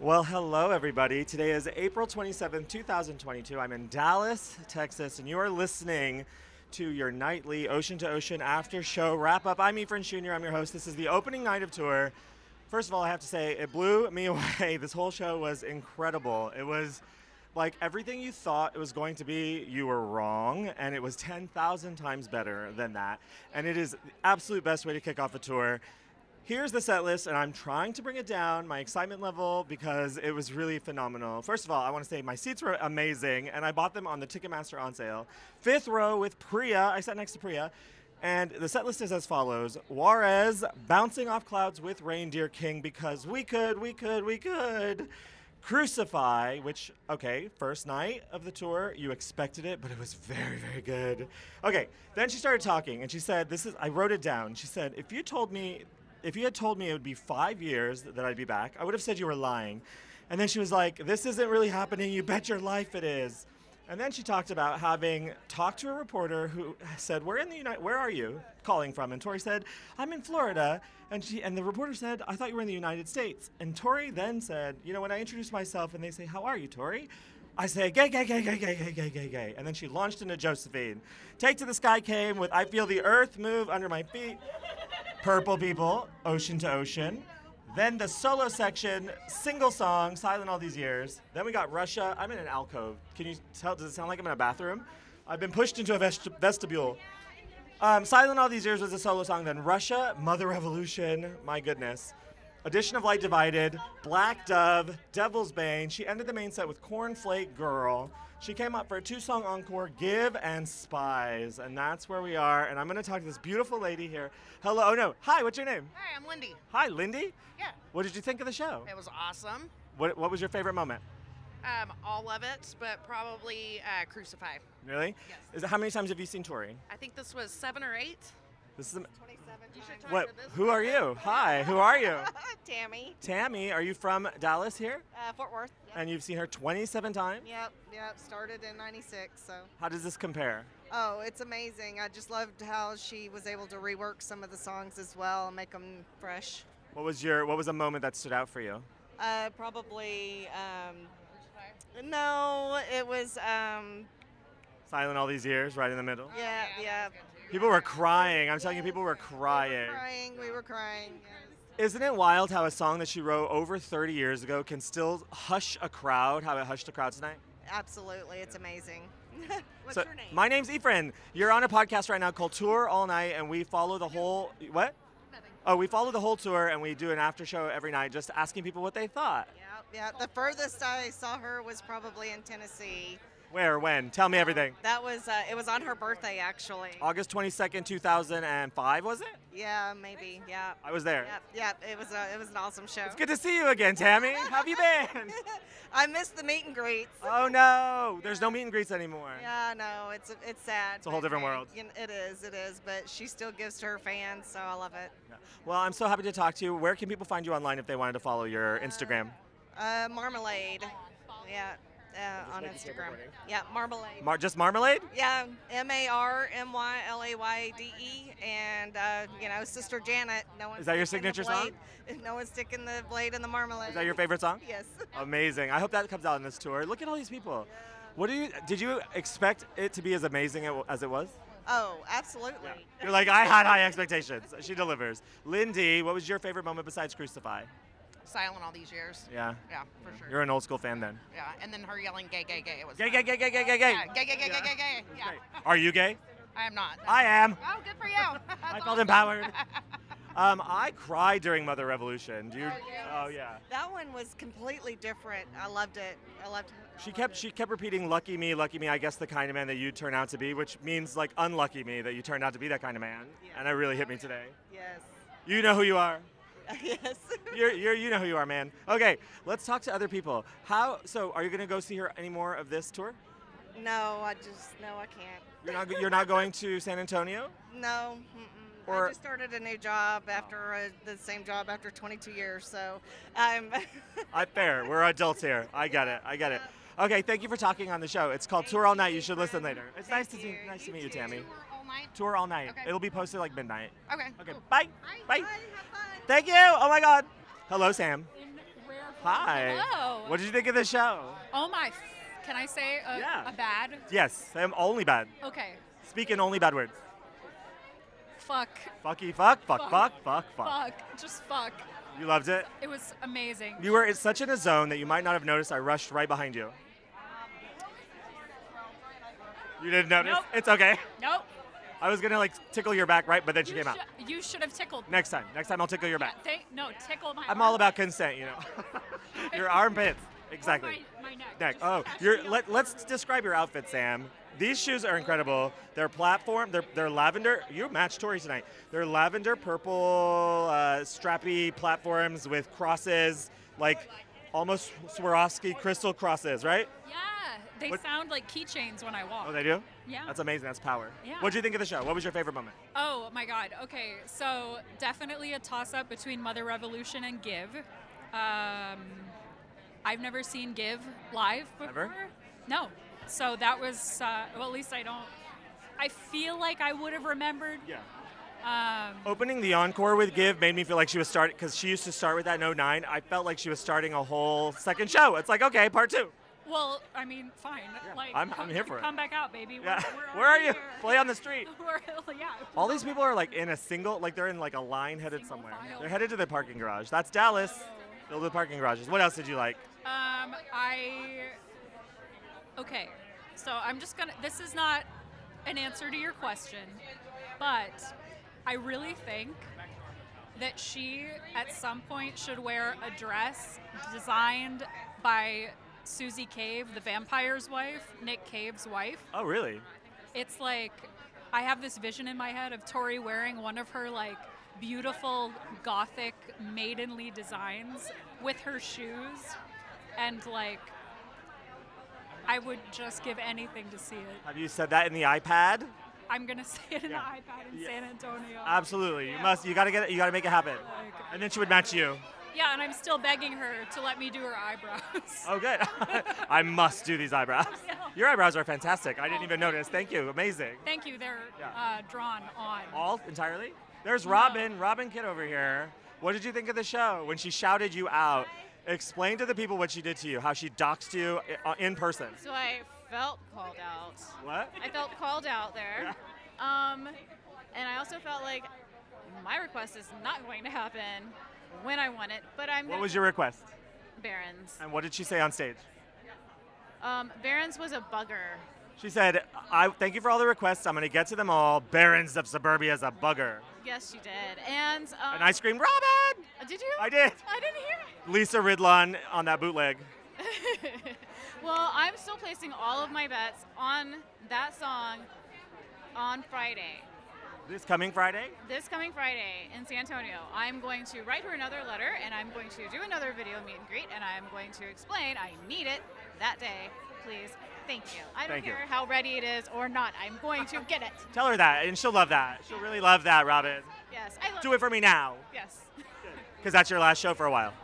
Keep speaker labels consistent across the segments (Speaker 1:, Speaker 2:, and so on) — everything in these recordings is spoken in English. Speaker 1: Well, hello, everybody. Today is April 27th, 2022. I'm in Dallas, Texas, and you are listening to your nightly Ocean to Ocean after show wrap up. I'm Efren Jr., I'm your host. This is the opening night of tour. First of all, I have to say, it blew me away. This whole show was incredible. It was like everything you thought it was going to be, you were wrong, and it was 10,000 times better than that. And it is the absolute best way to kick off a tour. Here's the set list, and I'm trying to bring it down, my excitement level, because it was really phenomenal. First of all, I want to say my seats were amazing, and I bought them on the Ticketmaster on sale. Fifth row with Priya, I sat next to Priya. And the set list is as follows Juarez bouncing off clouds with Reindeer King because we could, we could, we could. Crucify, which, okay, first night of the tour, you expected it, but it was very, very good. Okay, then she started talking and she said, This is, I wrote it down. She said, If you told me, if you had told me it would be five years that I'd be back, I would have said you were lying. And then she was like, This isn't really happening. You bet your life it is. And then she talked about having talked to a reporter who said, "Where in the United? Where are you calling from?" And Tori said, "I'm in Florida." And she and the reporter said, "I thought you were in the United States." And Tori then said, "You know, when I introduce myself and they say, "How are you, Tori?" I say, "Gay, gay, gay, gay, gay, gay, gay, gay, gay." And then she launched into Josephine. Take to the sky came with "I feel the earth move under my feet." Purple people, ocean to ocean. Then the solo section, single song, silent all these years. Then we got Russia. I'm in an alcove. Can you tell? Does it sound like I'm in a bathroom? I've been pushed into a vest- vestibule. Um, silent all these years was a solo song. Then Russia, Mother Revolution. My goodness. Edition of Light Divided, Black Dove, Devil's Bane. She ended the main set with Cornflake Girl. She came up for a two song encore, Give and Spies. And that's where we are. And I'm going to talk to this beautiful lady here. Hello. Oh, no. Hi, what's your name?
Speaker 2: Hi, I'm Wendy.
Speaker 1: Hi, Lindy.
Speaker 2: Yeah,
Speaker 1: What did you think of the show?
Speaker 2: it was awesome.
Speaker 1: What, what was your favorite moment?
Speaker 2: Um, all of it, but probably uh, Crucify.
Speaker 1: Really?
Speaker 2: Yes.
Speaker 1: Is it, how many times have you seen Tori?
Speaker 2: I think this was seven or eight.
Speaker 1: This is am-
Speaker 2: You should talk
Speaker 1: what?
Speaker 2: to this
Speaker 1: Who are you? Hi. Who are you?
Speaker 3: Tammy,
Speaker 1: Tammy, are you from Dallas here?
Speaker 3: uh, Fort Worth. Yep.
Speaker 1: And you've seen her 27 times.
Speaker 3: yep, yep. Started in '96, so
Speaker 1: How does this compare?
Speaker 3: oh, it's amazing. I just loved how she was able to rework some of the songs as well and make them fresh.
Speaker 1: What was your What was a moment that stood out for you?
Speaker 3: Uh, probably. Um, no, it was. Um,
Speaker 1: Silent all these years, right in the middle.
Speaker 3: Oh, yeah, yeah.
Speaker 1: People were crying. I'm telling you, people were
Speaker 3: We
Speaker 1: crying.
Speaker 3: were crying. We were crying. yes.
Speaker 1: Isn't it wild how a song that she wrote over 30 years ago can still hush a crowd? How it hushed a crowd tonight.
Speaker 3: Absolutely, it's amazing. What's
Speaker 1: So,
Speaker 3: your name?
Speaker 1: My name's Efren. You're on a podcast right now called Tour All Night, and we follow the whole what? Oh, we follow the whole tour, and we do an after show every night, just asking people what they thought.
Speaker 3: Yep, yep. The furthest I saw her was probably in Tennessee.
Speaker 1: Where, when? Tell me everything.
Speaker 3: That was. Uh, it was on her birthday, actually.
Speaker 1: August 22nd, 2005, was it?
Speaker 3: Yeah, maybe. Yeah.
Speaker 1: I was there.
Speaker 3: Yep, yep. It was a, it was an awesome show.
Speaker 1: It's good to see you again, Tammy. How have you been?
Speaker 3: I missed the meet and greets.
Speaker 1: oh no, there's no meet and greets anymore.
Speaker 3: Yeah, no, it's it's sad.
Speaker 1: It's a whole
Speaker 3: but,
Speaker 1: different
Speaker 3: hey,
Speaker 1: world.
Speaker 3: you kn- It is, it is. But she still gives to her fans, so I love it.
Speaker 1: Well, I'm so happy to talk to you. Where can people find you online if they wanted to follow your Instagram?
Speaker 3: Uh, marmalade. Yeah, uh, on
Speaker 1: make it take
Speaker 3: Instagram.
Speaker 1: recording.
Speaker 3: Yeah, marmalade.
Speaker 1: Mar- just marmalade?
Speaker 3: yeah, M A R M Y L A Y D E, and uh, you know, Sister Janet. No one's
Speaker 1: that your
Speaker 3: sticking the
Speaker 1: signature song?
Speaker 3: blade- No one's sticking the blade in the marmalade.
Speaker 1: Is that your favorite song?
Speaker 3: Yes.
Speaker 1: Amazing. I hope that comes out in this tour. Look at all these people. What do you did you expect it to be as amazing it- as it was?
Speaker 3: Oh, absolutely.
Speaker 1: You're like I had high expectations. She delivers. Lindy, what was your favorite moment besides Crucify?
Speaker 2: Silent all these years.
Speaker 1: Yeah.
Speaker 2: Yeah, for sure.
Speaker 1: You're an old school fan then.
Speaker 2: yeah, and then her yelling gay, gay, gay. It was
Speaker 1: Gay, gay, gay, gay, gay, gay, gay.
Speaker 2: Yeah, gay, gay, gay, gay, gay, gay. Yeah,
Speaker 1: Are you gay?
Speaker 2: I am not.
Speaker 1: I am.
Speaker 2: oh, good for you.
Speaker 1: I felt empowered. Um, I cried during Mother Revolution. Do you? Oh yeah.
Speaker 3: That one was completely different. I loved it. I loved. I
Speaker 1: She
Speaker 3: loved
Speaker 1: kept
Speaker 3: it.
Speaker 1: she kept repeating "lucky me, lucky me." I guess the kind of man that you turn out to be, which means like unlucky me that you turned out to be that kind of man.
Speaker 3: Yeah.
Speaker 1: And that really hit me today.
Speaker 3: Yes.
Speaker 1: You know who you are.
Speaker 3: yes.
Speaker 1: You're, you're, you know who you are, man. Okay, let's talk to other people. How? So, are you gonna go see her any more of this tour?
Speaker 3: No, I just no, I can't.
Speaker 1: You're not. You're not going to San Antonio.
Speaker 3: No. Mm-mm.
Speaker 1: Or-
Speaker 3: I just started a new job after uh the same job after 22 years, so I'm.
Speaker 1: I fair. We're adults here. I got it. I got it. Okay, thank you for talking on the show. It's called Tour All Night. You should listen later. It's nice to
Speaker 3: Thank
Speaker 1: see.
Speaker 3: you.
Speaker 1: Nice to
Speaker 3: You
Speaker 1: meet you,
Speaker 3: too.
Speaker 1: Tammy.
Speaker 2: Tour all night.
Speaker 1: Tour All Night.
Speaker 2: Okay.
Speaker 1: It'll be posted like midnight.
Speaker 2: Okay.
Speaker 1: Okay.
Speaker 2: cool.
Speaker 1: Bye.
Speaker 2: Bye.
Speaker 1: Bye.
Speaker 3: Have fun.
Speaker 1: Thank you. Oh my God. Hello, Sam.
Speaker 4: in rare
Speaker 1: Hi.
Speaker 4: Hello.
Speaker 1: What did you think of the show?
Speaker 4: Oh my. F- can I say a,
Speaker 1: Yeah.
Speaker 4: a bad?
Speaker 1: Yes, I'm only bad.
Speaker 4: Okay.
Speaker 1: Speaking only bad words.
Speaker 4: Fuck.
Speaker 1: Fucky fuck, fuck, fuck,
Speaker 4: Fuck.
Speaker 1: fuck, fuck.
Speaker 4: Fuck. Just fuck.
Speaker 1: You loved it?
Speaker 4: It was amazing.
Speaker 1: You were in such in a zone that you might not have noticed I rushed right behind you. You didn't notice?
Speaker 4: Nope.
Speaker 1: It's okay.
Speaker 4: nope.
Speaker 1: I was gonna like tickle your back, right? But then she
Speaker 4: you,
Speaker 1: came out.
Speaker 4: shou- you should have tickled. me.
Speaker 1: Next time. Next time I'll tickle your
Speaker 4: Yeah,
Speaker 1: back.
Speaker 4: thank, no, tickle my.
Speaker 1: I'm all
Speaker 4: armpit
Speaker 1: about consent, you know. your armpits.
Speaker 4: or
Speaker 1: Exactly.
Speaker 4: My, my neck.
Speaker 1: Neck.
Speaker 4: Just
Speaker 1: Oh,
Speaker 4: catch
Speaker 1: your
Speaker 4: me
Speaker 1: let,
Speaker 4: on-
Speaker 1: let's describe your outfit, Sam. These shoes are incredible. They're platform. They're, they're lavender. You match Tori tonight. They're lavender purple uh, strappy platforms with crosses, like almost Swarovski crystal crosses, right?
Speaker 4: Yeah, they
Speaker 1: What-
Speaker 4: sound like keychains when I walk.
Speaker 1: Oh, they do.
Speaker 4: Yeah.
Speaker 1: That's amazing. That's power.
Speaker 4: Yeah.
Speaker 1: What'd you think of the show? What was your favorite moment?
Speaker 4: Oh my God. Okay, so definitely a toss-up between Mother Revolution and Give. Um, I've never seen Give live before.
Speaker 1: Ever?
Speaker 4: No. So that was uh, well. At least I don't. I feel like I would have remembered.
Speaker 1: Yeah.
Speaker 4: Um,
Speaker 1: Opening the encore with Give made me feel like she was starting because she used to start with that no nine. I felt like she was starting a whole second show. It's like okay, part two.
Speaker 4: well, I mean, fine.
Speaker 1: Yeah,
Speaker 4: Like,
Speaker 1: I'm-
Speaker 4: come,
Speaker 1: I'm here for it.
Speaker 4: Come back out, baby. We're-
Speaker 1: Yeah.
Speaker 4: we're
Speaker 1: Where are
Speaker 4: already
Speaker 1: you?
Speaker 4: here.
Speaker 1: Play on the street.
Speaker 4: We're- yeah.
Speaker 1: All these people are like in a single, like they're in like a line headed
Speaker 4: Single
Speaker 1: somewhere.
Speaker 4: file.
Speaker 1: They're headed to their parking garage. That's Dallas. Filled with parking garages. What else did you like?
Speaker 4: Um, I. Okay, so I'm just gonna. This is not an answer to your question, but I really think that she at some point should wear a dress designed by Susie Cave, the vampire's wife, Nick Cave's wife.
Speaker 1: Oh, really?
Speaker 4: It's like I have this vision in my head of Tori wearing one of her like beautiful gothic maidenly designs with her shoes and like I would just give anything to see it.
Speaker 1: Have you said that in the iPad?
Speaker 4: I'm gonna see it in
Speaker 1: Yeah.
Speaker 4: the iPad in
Speaker 1: Yeah.
Speaker 4: San Antonio.
Speaker 1: Absolutely. You must. You gotta get it. You gotta make it happen.
Speaker 4: Like,
Speaker 1: And then she would match you.
Speaker 4: yeah, and I'm still begging her to let me do her eyebrows.
Speaker 1: Oh, good. I must do these eyebrows. Your eyebrows are fantastic. I didn't even notice. Thank you. Amazing.
Speaker 4: Thank you. They're
Speaker 1: Yeah.
Speaker 4: uh, drawn on.
Speaker 1: All entirely. There's
Speaker 4: No.
Speaker 1: Robin. Robin Kidd over here. What did you think of the show when she shouted you out? Explain to the people what she did to you, how she doxed you i- in person.
Speaker 5: So I felt called out.
Speaker 1: What?
Speaker 5: I felt called out there. Um, and I also felt like my request is not going to happen when I want it, but I'm
Speaker 1: What was your request?
Speaker 5: Barons.
Speaker 1: And what did she say on stage?
Speaker 5: Um, Barons was a bugger.
Speaker 1: She said, "I thank you for all the requests. I'm going to get to them all. Barons of Suburbia is a bugger."
Speaker 5: Yes, she did. And, um, Uh,
Speaker 1: And I screamed, "Robin!"
Speaker 5: did you?
Speaker 1: I did.
Speaker 5: I didn't hear it.
Speaker 1: Lisa Ridlon on that bootleg.
Speaker 5: well, I'm still placing all of my bets on that song on Friday.
Speaker 1: This coming Friday.
Speaker 5: This coming Friday in San Antonio, I'm going to write her another letter and I'm going to do another video meet and greet and I'm going to explain I need it that day. Please, thank you. I don't
Speaker 1: Thank you.
Speaker 5: care how ready it is or not. I'm going to get it.
Speaker 1: Tell her that, and she'll love that. She'll really love that, Robin.
Speaker 5: Yes, I love
Speaker 1: Do it for me now,
Speaker 5: Yes.
Speaker 1: because that's your last show for a while.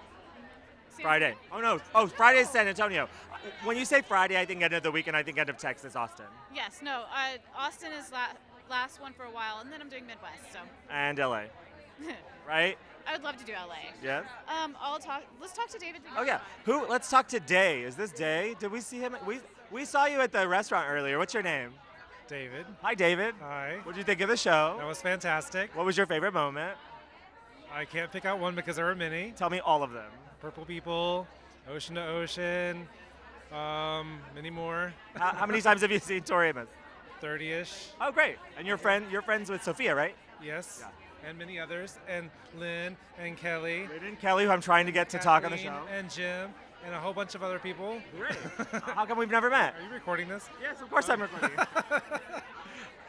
Speaker 5: San-
Speaker 1: Friday. Oh no. Oh, Friday's San Antonio. When you say Friday, I think end of the week, and I think end of Texas, Austin,
Speaker 5: Yes. No. Uh, Austin is la- last one for a while, and then I'm doing Midwest. So
Speaker 1: and LA. Right?
Speaker 5: I would love to do LA.
Speaker 1: Yeah.
Speaker 5: Um, I'll talk. Let's talk to David.
Speaker 1: Oh yeah. Who? Let's talk today. Is this Day? Did we see him? We we saw you at the restaurant earlier. What's your name?
Speaker 6: David.
Speaker 1: Hi, David.
Speaker 6: Hi.
Speaker 1: What did you think of the show?
Speaker 6: That was fantastic.
Speaker 1: What was your favorite moment?
Speaker 6: I can't pick out one because there were many.
Speaker 1: Tell me all of them.
Speaker 6: Purple people, ocean to ocean, um, many more,
Speaker 1: How, how many times have you seen Tori Amos?
Speaker 6: 30-ish.
Speaker 1: Oh, great. And your friend, you're friends with Sophia, right?
Speaker 6: Yes.
Speaker 1: Yeah.
Speaker 6: And many others, and Lynn and Kelly,
Speaker 1: Braden Kelly, who I'm trying to get to talk on the
Speaker 6: Kathleen
Speaker 1: show.
Speaker 6: and Jim, and a whole bunch of other people.
Speaker 1: Great. how come we've never met?
Speaker 6: Are you recording this?
Speaker 1: Yes, of course I'm recording.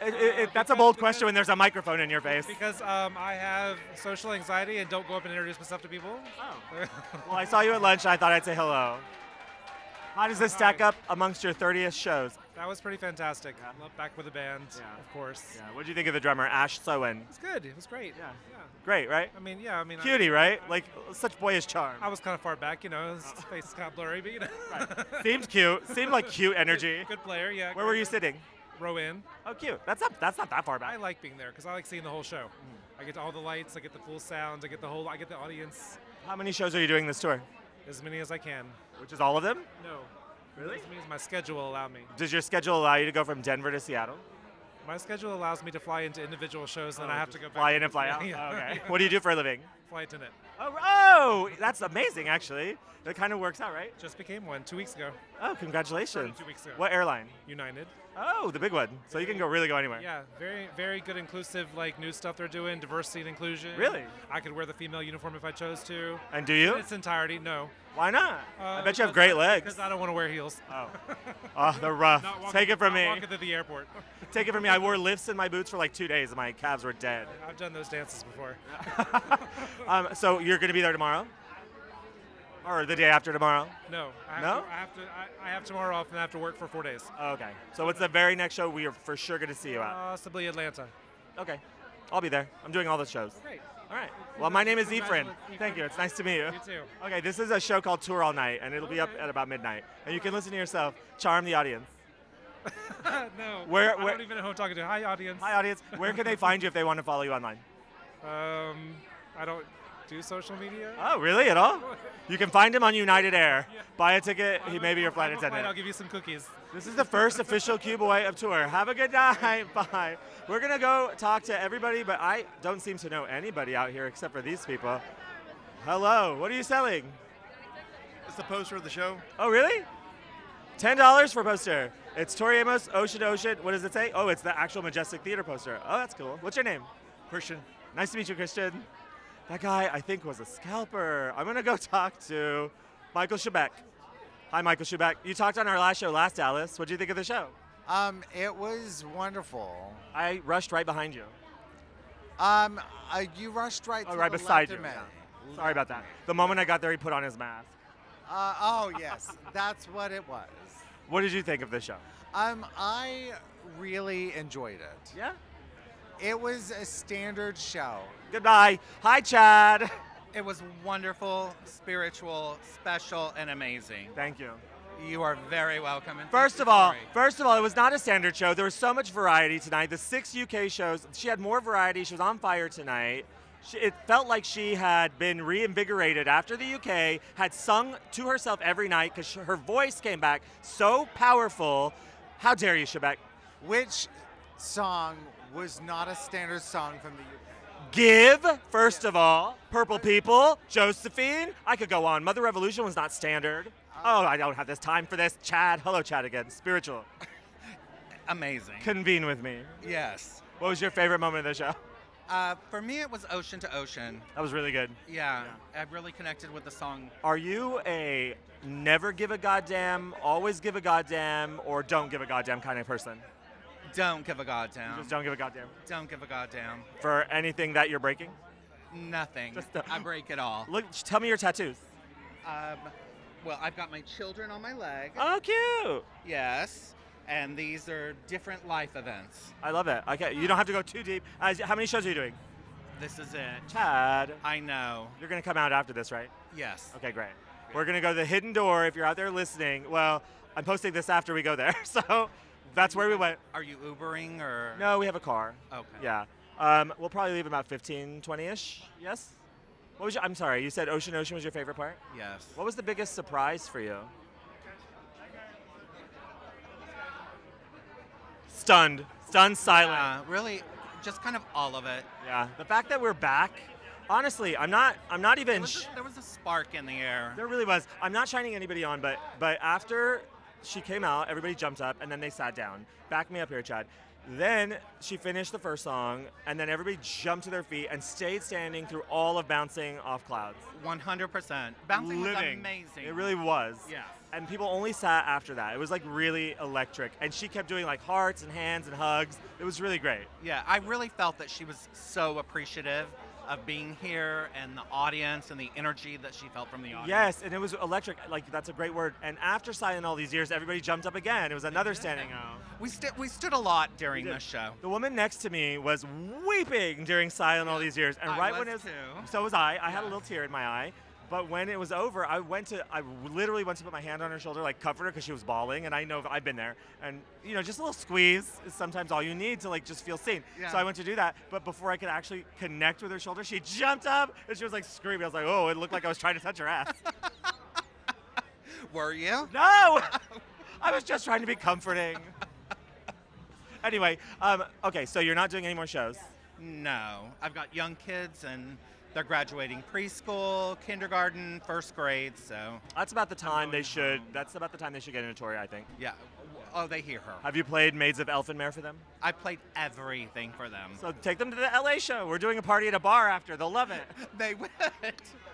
Speaker 1: It- it- it- that's a bold question when there's a microphone in your face.
Speaker 6: Because um, I have social anxiety and don't go up and introduce myself to people.
Speaker 1: Oh. Well, I saw you at lunch and I thought I'd say hello. How does this stack
Speaker 6: Hi.
Speaker 1: up amongst your 30th shows?
Speaker 6: that was pretty fantastic.
Speaker 1: Yeah.
Speaker 6: Love back with the band,
Speaker 1: Yeah.
Speaker 6: of course.
Speaker 1: Yeah, what did you think of the drummer, Ash Sowen?
Speaker 6: It's good. It was great.
Speaker 1: Yeah.
Speaker 6: yeah.
Speaker 1: Great, right?
Speaker 6: I mean, yeah, I mean, I-
Speaker 1: Cutie, right? Like, such boyish charm.
Speaker 6: I was kind of far back, you know. His face is kind of blurry, but you know.
Speaker 1: Seemed Oh. cute. Seemed like cute energy.
Speaker 6: Good player, yeah.
Speaker 1: Where were you sitting?
Speaker 6: Row in.
Speaker 1: Oh, cute. That's not that's not that far
Speaker 6: I
Speaker 1: back. Mm.
Speaker 6: like being there because I like seeing the whole show. I get all the lights, I get the full sound, I get the whole, I get the audience.
Speaker 1: How many shows are you doing this tour?
Speaker 6: as many as I can.
Speaker 1: Which is all of them?
Speaker 6: No.
Speaker 1: Really?
Speaker 6: As many as my schedule allow me.
Speaker 1: Does your schedule allow you to go from Denver to Seattle?
Speaker 6: My schedule allows me to fly into individual shows, then I have to go back.
Speaker 1: Oh, Fly
Speaker 6: to
Speaker 1: in and
Speaker 6: the-
Speaker 1: fly out.
Speaker 6: Yeah.
Speaker 1: Oh, okay. What do you do for a living?
Speaker 6: Flight attendant.
Speaker 1: Oh, r- oh, that's amazing. Actually, that kind of works out, right?
Speaker 6: Just became one two weeks ago.
Speaker 1: Oh, congratulations.
Speaker 6: Two weeks ago.
Speaker 1: What airline?
Speaker 6: United.
Speaker 1: Oh, the big one. So you can go really go anywhere.
Speaker 6: Yeah, very very good inclusive like new stuff they're doing, diversity and inclusion.
Speaker 1: Really?
Speaker 6: I could wear the female uniform if I chose to.
Speaker 1: And do you?
Speaker 6: In its entirety, no.
Speaker 1: Why not? I
Speaker 6: Uh,
Speaker 1: bet you have
Speaker 6: because-
Speaker 1: great legs.
Speaker 6: Because I don't want to wear heels.
Speaker 1: Oh, oh they're rough.
Speaker 6: Not walking-
Speaker 1: Take it from
Speaker 6: not
Speaker 1: me.
Speaker 6: Walking to the airport.
Speaker 1: Take it from me. I wore lifts in my boots for like two days, and my calves were dead.
Speaker 6: I've done those dances before.
Speaker 1: Um, so you're going to be there tomorrow, or the day after tomorrow?
Speaker 6: No. I have
Speaker 1: No?
Speaker 6: To, I have to. I, I have tomorrow off and I have to work for four days.
Speaker 1: Oh, okay. So what's the very next show we are for sure going to see you at?
Speaker 6: Possibly Atlanta.
Speaker 1: Okay. I'll be there. I'm doing all the shows.
Speaker 6: Great.
Speaker 1: All right. Well, my name is Efren.
Speaker 6: Congratulations, Efren.
Speaker 1: Thank you. It's nice to meet you.
Speaker 6: You too.
Speaker 1: Okay, this is a show called Tour All Night, and it'll be up
Speaker 6: Okay.
Speaker 1: at about midnight. And you can listen to yourself charm the audience.
Speaker 6: no.
Speaker 1: Where-
Speaker 6: I
Speaker 1: where-
Speaker 6: don't even know who I'm talking to. Hi, audience.
Speaker 1: Hi, audience. Where can they find you if they want to follow you online?
Speaker 6: Um, I don't do social media.
Speaker 1: Oh, really? At all? You can find him on United Air. Buy a ticket. He
Speaker 6: I'm
Speaker 1: may
Speaker 6: a-
Speaker 1: be your
Speaker 6: I'm
Speaker 1: flight
Speaker 6: a I'll
Speaker 1: attendant.
Speaker 6: give you some cookies.
Speaker 1: This is the first official Cube Away of tour. Have a good night. Bye. We're gonna go talk to everybody, but I don't seem to know anybody out here except for these people. Hello. What are you selling?
Speaker 7: It's the poster of the show.
Speaker 1: Oh, really? Ten dollars for a poster. It's Tori Amos, Ocean to Ocean. What does it say? Oh, it's the actual Majestic Theater poster. Oh, that's cool. What's your name?
Speaker 7: Christian.
Speaker 1: Nice to meet you, Christian. That guy, I think, was a scalper. I'm gonna go talk to Michael Schubeck. Hi, Michael Schubeck. You talked on our last show, last Dallas. What do you think of the show?
Speaker 8: Um, it was wonderful.
Speaker 1: I rushed right behind you.
Speaker 8: Um, I, you rushed right.
Speaker 1: Oh,
Speaker 8: to
Speaker 1: right
Speaker 8: the
Speaker 1: beside
Speaker 8: left of
Speaker 1: you,
Speaker 8: me.
Speaker 1: yeah. Sorry about that. The moment I got there, he put on his mask.
Speaker 8: Uh, oh yes, that's what it was.
Speaker 1: What did you think of the show?
Speaker 8: Um, I really enjoyed it.
Speaker 1: Yeah.
Speaker 8: It was a standard show.
Speaker 1: Goodbye. Hi, Chad.
Speaker 9: It was wonderful, spiritual, special, and amazing.
Speaker 1: Thank you.
Speaker 9: You are very welcome. and thank
Speaker 1: First
Speaker 9: you,
Speaker 1: of all,
Speaker 9: Tori.
Speaker 1: first of all, it was not a standard show. There was so much variety tonight. The six UK shows, she had more variety. She was on fire tonight. She, it felt like she had been reinvigorated after the UK, had sung to herself every night because her voice came back so powerful. How dare you, Shebek?
Speaker 8: Which song was not a standard song from the UK?
Speaker 1: Give, first of all, Purple People, Josephine. I could go on. Mother Revolution was not standard. Oh, I don't have this time for this. Chad, hello, Chad again. Spiritual.
Speaker 9: amazing.
Speaker 1: Convene with me.
Speaker 9: yes.
Speaker 1: What was your favorite moment of the show?
Speaker 9: Uh, for me, it was ocean to ocean.
Speaker 1: That was really good.
Speaker 9: Yeah, I really connected with the song.
Speaker 1: Are you a never give a goddamn, always give a goddamn, or don't give a goddamn kind of person?
Speaker 9: Don't give a
Speaker 1: You
Speaker 9: goddamn.
Speaker 1: just don't give a goddamn
Speaker 9: Don't give a goddamn.
Speaker 1: for anything that you're breaking.
Speaker 9: Nothing.
Speaker 1: Just don't.
Speaker 9: I break it all.
Speaker 1: Look, tell me your tattoos.
Speaker 9: Um, well, I've got my children on my leg.
Speaker 1: Oh, cute!
Speaker 9: Yes. And these are different life events.
Speaker 1: I love it. Okay, you don't have to go too deep. Uh, how many shows are you doing,
Speaker 9: This is it.
Speaker 1: Chad?
Speaker 9: I know.
Speaker 1: You're gonna come out after this, right?
Speaker 9: Yes.
Speaker 1: Okay, great. We're gonna go to the hidden door. If you're out there listening, well, I'm posting this after we go there, so that's where we went.
Speaker 9: Are you Ubering or?
Speaker 1: No, we have a car.
Speaker 9: Okay.
Speaker 1: Yeah. Um, we'll probably leave about 15, 20 ish. Yes? What was your, I'm sorry, you said Ocean Ocean was your favorite part?
Speaker 9: Yes.
Speaker 1: What was the biggest surprise for you? Stunned. Stunned silent.
Speaker 9: Uh, really, just kind of all of it.
Speaker 1: yeah. The fact that we're back, honestly, I'm not I'm not
Speaker 9: There
Speaker 1: even
Speaker 9: was,
Speaker 1: sh-
Speaker 9: a, there was a spark in the air.
Speaker 1: there really was. I'm not shining anybody on, but but after she came out, everybody jumped up and then they sat down. Back me up here, Chad. Then she finished the first song, and then everybody jumped to their feet and stayed standing through all of bouncing off clouds.
Speaker 9: 100%. Bouncing was
Speaker 1: Living.
Speaker 9: amazing.
Speaker 1: It really was.
Speaker 9: Yes.
Speaker 1: And people only sat after that. It was like really electric. And she kept doing like hearts and hands and hugs. It was really great.
Speaker 9: Yeah, I really felt that she was so appreciative of being here and the audience and the energy that she felt from the audience.
Speaker 1: Yes, and it was electric. Like that's a great word. And after silent all these years, everybody jumped up again. It was another standing out.
Speaker 9: We, st- we stood a lot during
Speaker 1: We did.
Speaker 9: this show.
Speaker 1: The woman next to me was weeping during silent all these years, and
Speaker 9: I
Speaker 1: right
Speaker 9: was
Speaker 1: when it was,
Speaker 9: too.
Speaker 1: so was I. I had a little tear in my eye. But when it was over, I went to, I literally went to put my hand on her shoulder, like comfort her because she was bawling, and I know I've been there. And you know, just a little squeeze is sometimes all you need to like just feel seen. So I went to do that, but before I could actually connect with her shoulder, she jumped up and she was like screaming. I was like, oh, it looked like I was trying to touch her ass.
Speaker 9: Were you?
Speaker 1: No! I was just trying to be comforting. anyway, um, okay, so you're not doing any more shows.
Speaker 9: No. I've got young kids and they're graduating preschool, kindergarten, first grade, so
Speaker 1: That's about the time they should. That's about the time they should get into Tori, I think.
Speaker 9: yeah. Oh, they hear her.
Speaker 1: Have you played Maids of Elfinmere for them?
Speaker 9: I played everything for them.
Speaker 1: So take them to the LA show. We're doing a party at a bar after. They'll love it.
Speaker 9: they would.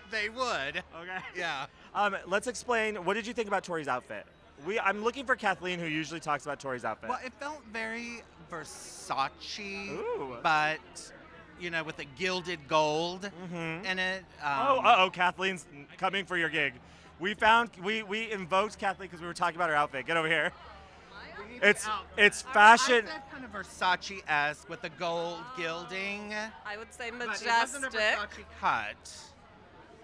Speaker 9: They would.
Speaker 1: Okay.
Speaker 9: Yeah.
Speaker 1: Um, let's explain. What did you think about Tori's outfit? We, I'm looking for Kathleen, who usually talks about Tori's outfit.
Speaker 9: Well, it felt very Versace,
Speaker 1: Ooh.
Speaker 9: but you know, with the gilded gold
Speaker 1: Mhm.
Speaker 9: in it.
Speaker 1: Oh,
Speaker 9: Um,
Speaker 1: uh oh, Kathleen's coming for your gig. We found we we invoked Kathleen because we were talking about her outfit. Get over here. It's it's fashion.
Speaker 9: kind of Versace-esque with the gold gilding,
Speaker 10: I would say
Speaker 9: but it wasn't a
Speaker 10: majestic.
Speaker 9: Versace cut.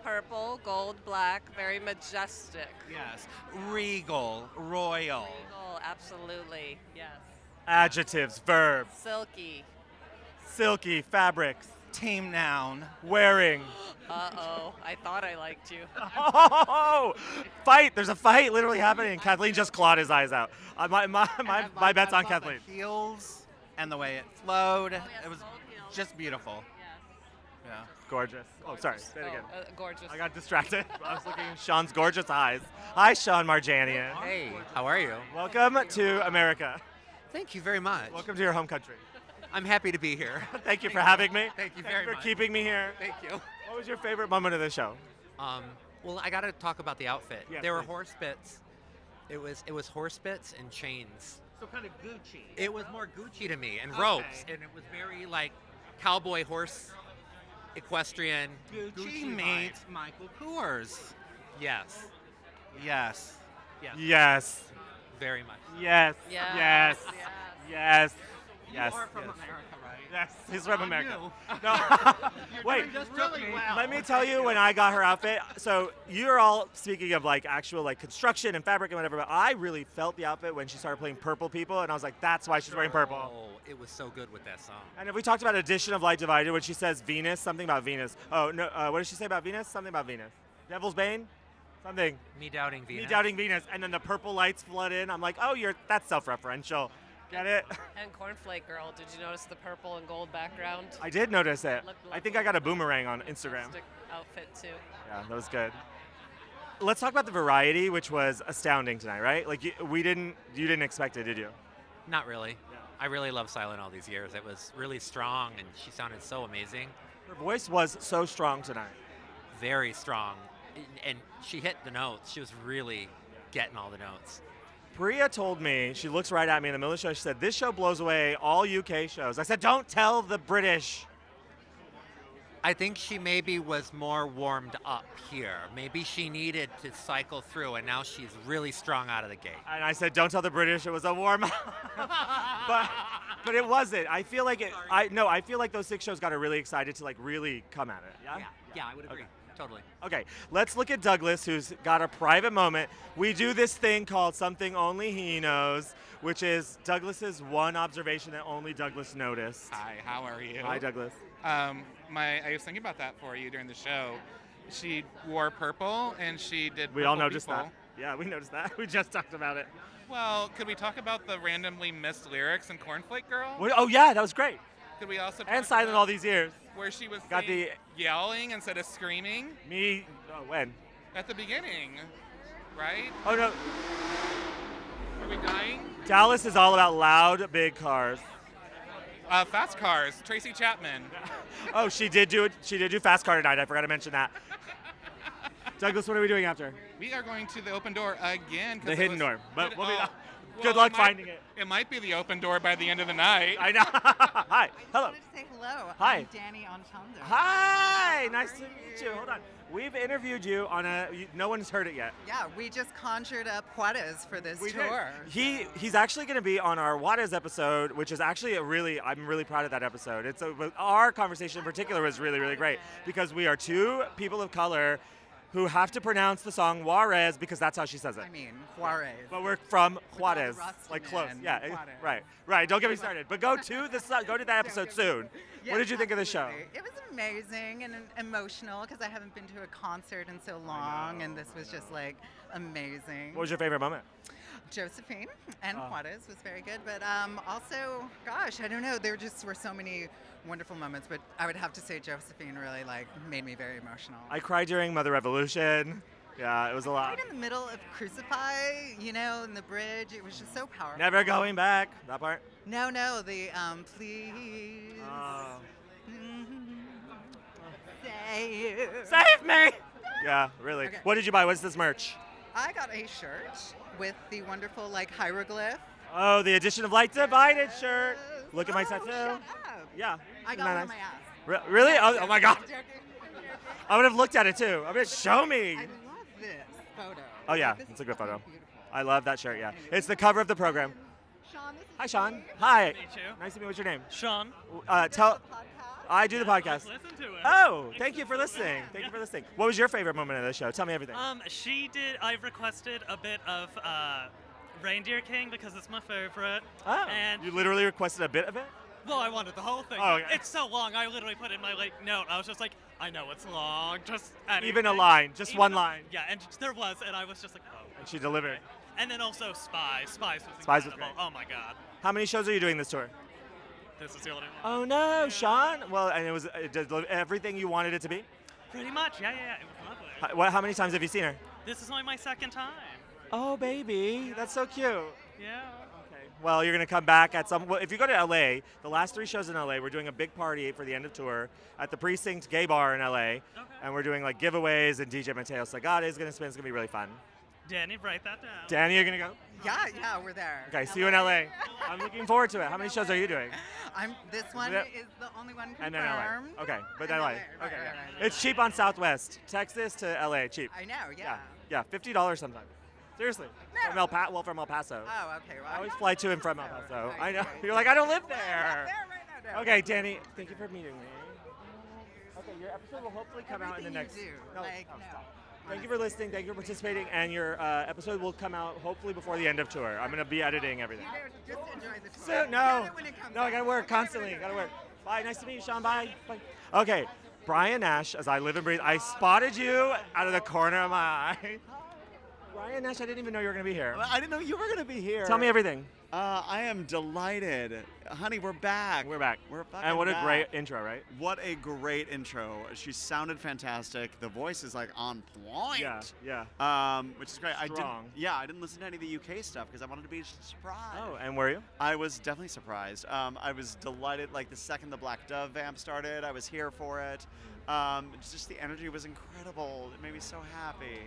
Speaker 10: Purple, gold, black, very majestic.
Speaker 9: Yes, regal, royal.
Speaker 10: Eagle, absolutely. Yes.
Speaker 1: Adjectives, verbs,
Speaker 10: Silky.
Speaker 1: silky fabrics,
Speaker 9: Team noun.
Speaker 1: wearing.
Speaker 10: Uh oh. I thought I liked you.
Speaker 1: Oh, fight! There's a fight literally happening. Kathleen just clawed his eyes out. Uh, my my my,
Speaker 9: And I
Speaker 1: my
Speaker 9: love-
Speaker 1: bet's
Speaker 9: I
Speaker 1: on
Speaker 9: love
Speaker 1: Kathleen.
Speaker 9: The heels and the way it flowed.
Speaker 10: yes,
Speaker 9: it was
Speaker 10: gold heels.
Speaker 9: just beautiful. Yeah.
Speaker 1: Gorgeous. Oh, sorry. Say it again.
Speaker 10: Oh, uh, gorgeous.
Speaker 1: I got distracted. I was looking at Sean's gorgeous eyes. Hi, Sean Marjanian.
Speaker 11: Hey, how are you?
Speaker 1: Welcome to America.
Speaker 11: Thank you very much.
Speaker 1: Welcome to your home country.
Speaker 11: I'm happy to be here.
Speaker 1: Thank you for having me.
Speaker 11: Thank you
Speaker 1: Thank
Speaker 11: very
Speaker 1: for
Speaker 11: much.
Speaker 1: keeping me here.
Speaker 11: Thank you.
Speaker 1: What was your favorite moment of the show?
Speaker 11: Um, well, I got to talk about the outfit.
Speaker 1: Yeah,
Speaker 11: there were
Speaker 1: please.
Speaker 11: horse bits. It was it was horse bits and chains.
Speaker 9: So kind of Gucci.
Speaker 11: It was more Gucci to me and ropes, and it was very like cowboy horse, equestrian.
Speaker 9: Gucci,
Speaker 11: vibe.
Speaker 9: meets Michael Kors.
Speaker 11: Yes,
Speaker 9: Yes. Yes.
Speaker 1: Yes.
Speaker 11: very much.
Speaker 1: Yes.
Speaker 10: Yes.
Speaker 1: Yes.
Speaker 10: Yes.
Speaker 1: Yes. Yes.
Speaker 9: You are from
Speaker 1: yes.
Speaker 9: America, right?
Speaker 1: Yes, he's from
Speaker 9: I
Speaker 1: America.
Speaker 9: knew.
Speaker 1: No.
Speaker 9: You're
Speaker 1: Wait,
Speaker 9: doing just really well.
Speaker 1: Let me tell you when I got her outfit. So you're all speaking of like actual like construction and fabric and whatever, but I really felt the outfit when she started playing Purple People, and I was like, that's why she's wearing purple.
Speaker 11: Oh, it was so good with that song.
Speaker 1: And if we talked about addition of light divided, when she says Venus, something about Venus. Oh no, uh, what did she say about Venus? Something about Venus. Devil's Bane, something.
Speaker 11: Me doubting Venus.
Speaker 1: Me doubting Venus, and then the purple lights flood in. I'm like, oh, you're that's self-referential. Get it?
Speaker 10: And Cornflake Girl. Did you notice the purple and gold background?
Speaker 1: I did notice it.
Speaker 10: Looked
Speaker 1: I think I got a boomerang on Instagram.
Speaker 10: Fantastic outfit too.
Speaker 1: Yeah, that was good. Let's talk about the variety, which was astounding tonight, right? Like you, we didn't, you didn't expect it, did you?
Speaker 11: Not really. I really love Silent all these years. It was really strong, and she sounded so amazing.
Speaker 1: Her voice was so strong tonight.
Speaker 11: very strong, and, and she hit the notes. She was really getting all the notes.
Speaker 1: Priya told me, she looks right at me in the middle of the show, she said, This show blows away all UK shows. I said, Don't tell the British.
Speaker 11: I think she maybe was more warmed up here. Maybe she needed to cycle through, and now she's really strong out of the gate.
Speaker 1: And I said, Don't tell the British it was a warm up. but but it wasn't. I feel like it I no, I feel like those six shows got her really excited to like really come at it. Yeah?
Speaker 11: Yeah, yeah, I would agree.
Speaker 1: Okay.
Speaker 11: Totally.
Speaker 1: Okay, let's look at Douglas, who's got a private moment. We do this thing called Something Only He Knows, which is Douglas's one observation that only Douglas noticed.
Speaker 12: Hi, how are you?
Speaker 1: Hi, Douglas.
Speaker 12: Um, my, I was thinking about that for you during the show. She wore purple, and she did.
Speaker 1: We all
Speaker 12: Purple
Speaker 1: noticed
Speaker 12: people.
Speaker 1: that. Yeah, we noticed that. We just talked about it.
Speaker 12: Well, could we talk about the randomly missed lyrics in Cornflake Girl?
Speaker 1: What- oh yeah, that was great.
Speaker 12: Could we also
Speaker 1: And
Speaker 12: talk
Speaker 1: silent
Speaker 12: about
Speaker 1: all these years.
Speaker 12: where she was
Speaker 1: Got the-
Speaker 12: saying yelling instead of screaming
Speaker 1: Me, oh, when?
Speaker 12: at the beginning, right?
Speaker 1: Oh no,
Speaker 12: Are we dying?
Speaker 1: Dallas is all about loud, big cars.
Speaker 12: Uh, fast cars. Tracy Chapman.
Speaker 1: Oh, she did do it. She did do fast car tonight. I forgot to mention that. Douglas, what are we doing after?
Speaker 12: We are going to the open door again. 'cause
Speaker 1: The
Speaker 12: it
Speaker 1: hidden
Speaker 12: was-
Speaker 1: door, but
Speaker 12: Did-
Speaker 1: we'll be-
Speaker 12: oh,
Speaker 1: good
Speaker 12: well,
Speaker 1: luck
Speaker 12: might-
Speaker 1: finding it.
Speaker 12: It might be the open door by the end of the night.
Speaker 1: I know. Hi.
Speaker 13: I just
Speaker 1: Hello.
Speaker 13: wanted to say hello.
Speaker 1: Hi.
Speaker 13: I'm Danny on Tumblr.
Speaker 1: Hi.
Speaker 13: How
Speaker 1: Nice
Speaker 13: are
Speaker 1: to meet you. Hold on. We've interviewed you on a. You, no one's heard it yet.
Speaker 13: Yeah, we just conjured up Juarez for this
Speaker 1: We did.
Speaker 13: tour.
Speaker 1: He he's actually going to be on our Juarez episode, which is actually a really I'm really proud of that episode. It's a, but our conversation in particular was really really great because we are two people of color who have to pronounce the song Juarez because that's how she says it.
Speaker 13: I mean, Juarez.
Speaker 1: But we're from
Speaker 13: all the
Speaker 1: Juarez,
Speaker 13: rusty
Speaker 1: like close.
Speaker 13: men,
Speaker 1: Yeah, it-
Speaker 13: Juarez.
Speaker 1: right, right. Don't get me started. But go to the su- go to that episode soon.
Speaker 13: Yes,
Speaker 1: what did you think of the show?
Speaker 13: absolutely. It was amazing and um, emotional because I haven't been to a concert in so long, and this was just like amazing.
Speaker 1: What was your favorite moment?
Speaker 13: Josephine and
Speaker 1: Oh.
Speaker 13: Juarez was very good, but um, also, gosh, I don't know. There just were so many wonderful moments, but I would have to say Josephine really like made me very emotional.
Speaker 1: I uh, cried during Mother Revolution. Yeah, it was a lot.
Speaker 13: Right in the middle of Crucify, you know, in the bridge, it was just so powerful.
Speaker 1: Never going back. That part.
Speaker 13: No, no, the um, please Um,
Speaker 1: Oh.
Speaker 13: save.
Speaker 1: Save me. Yeah, really.
Speaker 13: Okay.
Speaker 1: What did you buy? What's this merch?
Speaker 13: I got a shirt with the wonderful like hieroglyph.
Speaker 1: Oh, the edition of Light Divided shirt. Look at
Speaker 13: Oh,
Speaker 1: my tattoo. Yeah.
Speaker 13: I
Speaker 1: isn't that
Speaker 13: got one on
Speaker 1: nice?
Speaker 13: my ass.
Speaker 1: Re- really? Oh, oh my God.
Speaker 13: I'm joking.
Speaker 1: I would have looked at it too. I mean, show me.
Speaker 13: I love this photo.
Speaker 1: Oh yeah,
Speaker 13: This is
Speaker 1: it's a good photo.
Speaker 13: fucking beautiful.
Speaker 1: I love that shirt. Yeah, it's the cover of the program.
Speaker 13: Sean, this is
Speaker 1: Hi, Sean.
Speaker 13: Steve.
Speaker 1: Hi.
Speaker 14: Nice to meet you.
Speaker 1: Nice to meet you. What's your name?
Speaker 14: Sean.
Speaker 1: Uh, tell. I do the
Speaker 14: Yeah, I
Speaker 1: podcast.
Speaker 14: listen to it.
Speaker 1: Oh,
Speaker 14: Thanks
Speaker 1: thank you for listening. Thank you
Speaker 14: Yeah.
Speaker 1: for listening. What was your favorite moment of the show? Tell me everything.
Speaker 14: Um, she did. I've requested a bit of uh, Reindeer King because it's my favorite.
Speaker 1: Oh,
Speaker 14: and
Speaker 1: you literally requested a bit of it.
Speaker 14: Well, I wanted the whole thing.
Speaker 1: Oh, okay.
Speaker 14: It's so long. I literally put in my like note. I was just like, I know it's long. Just anything.
Speaker 1: Even a line, just one
Speaker 14: a-
Speaker 1: line.
Speaker 14: Yeah, and there was, and I was just like, oh.
Speaker 1: And she delivered.
Speaker 14: And then also Spies. Spies was
Speaker 1: Spies was
Speaker 14: incredible.
Speaker 1: great.
Speaker 14: Oh my God.
Speaker 1: How many shows are you doing this tour?
Speaker 14: This is the only one.
Speaker 1: Oh no, Sean. Well, and it was it did everything you wanted it to be.
Speaker 14: Pretty much. Yeah, yeah, yeah. It was lovely.
Speaker 1: How, what, how many times have you seen her?
Speaker 14: This is only my second time.
Speaker 1: Oh baby, that's so cute.
Speaker 14: Yeah.
Speaker 1: Okay. Well, you're gonna come back at some. Well, if you go to LA, the last three shows in LA, we're doing a big party for the end of tour at the Precinct Gay Bar in LA, and we're doing like giveaways. And DJ Mateo Sagata is gonna spin. It's gonna be really fun.
Speaker 14: Danny, write that down.
Speaker 1: Danny, you're gonna go.
Speaker 13: Yeah, yeah, we're there.
Speaker 1: Okay, see you in LA. I'm looking forward to it. How many shows are you doing?
Speaker 13: I'm. This one
Speaker 1: Yeah.
Speaker 13: is the only one confirmed.
Speaker 1: And then LA. Okay, but then LA. Okay,
Speaker 13: right,
Speaker 1: yeah.
Speaker 13: right,
Speaker 1: it's cheap on Southwest, Texas to LA, cheap.
Speaker 13: I know.
Speaker 1: Yeah,
Speaker 13: Yeah.
Speaker 1: yeah, fifty dollars sometimes. Seriously, from El pa- well, from El Paso.
Speaker 13: Oh, okay. Well,
Speaker 1: I always fly to and from El Paso. I know. You're like, I don't live there. Okay, Danny, thank you for meeting me. Okay, your episode will hopefully come out in the next.
Speaker 13: Everything you do,
Speaker 1: No,
Speaker 13: like,
Speaker 1: oh,
Speaker 13: no.
Speaker 1: stop. Thank you for listening. Thank you for participating. And your uh, episode will come out hopefully before the end of tour. I'm gonna be editing everything.
Speaker 13: Just enjoy the tour.
Speaker 1: So,
Speaker 13: Get
Speaker 1: no,
Speaker 13: it when it comes
Speaker 1: no, I gotta
Speaker 13: out.
Speaker 1: work constantly. Gotta work. Bye. Nice to meet you, Sean. Bye. Bye. Okay, Brian Nash. As I live and breathe, I spotted you out of the corner of my eye. Brian Nash, I didn't even know you were gonna be here.
Speaker 15: I didn't know you were going to be here.
Speaker 1: Tell me everything.
Speaker 15: Uh, I am delighted. Honey, we're back. We're
Speaker 1: back.
Speaker 15: We're fucking
Speaker 1: And what a
Speaker 15: back.
Speaker 1: great intro, right?
Speaker 15: What a great intro. She sounded fantastic. The voice is like on point.
Speaker 1: Yeah, yeah.
Speaker 15: Um, which is great. I
Speaker 1: Strong.
Speaker 15: didn't, yeah, I didn't listen to any of the UK stuff because I wanted to be surprised.
Speaker 1: Oh, and were you?
Speaker 15: I was definitely surprised. Um, I was delighted. Like the second the Black Dove vamp started, I was here for it. Um, it's just the energy was incredible. It made me so happy.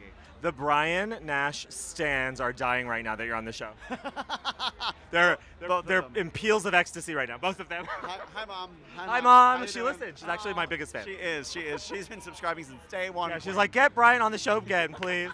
Speaker 1: The Brian Nash stands are dying right now that you're on the show. they're they're, they're in peals of ecstasy right now, both of them.
Speaker 15: Hi, hi mom. Hi,
Speaker 1: Hi,
Speaker 15: How
Speaker 1: Mom.
Speaker 15: you
Speaker 1: She
Speaker 15: doing?
Speaker 1: listened. She's actually my biggest fan.
Speaker 15: She is. She is. She's been subscribing since day one.
Speaker 1: Yeah, she's like, get Brian on the show again, please.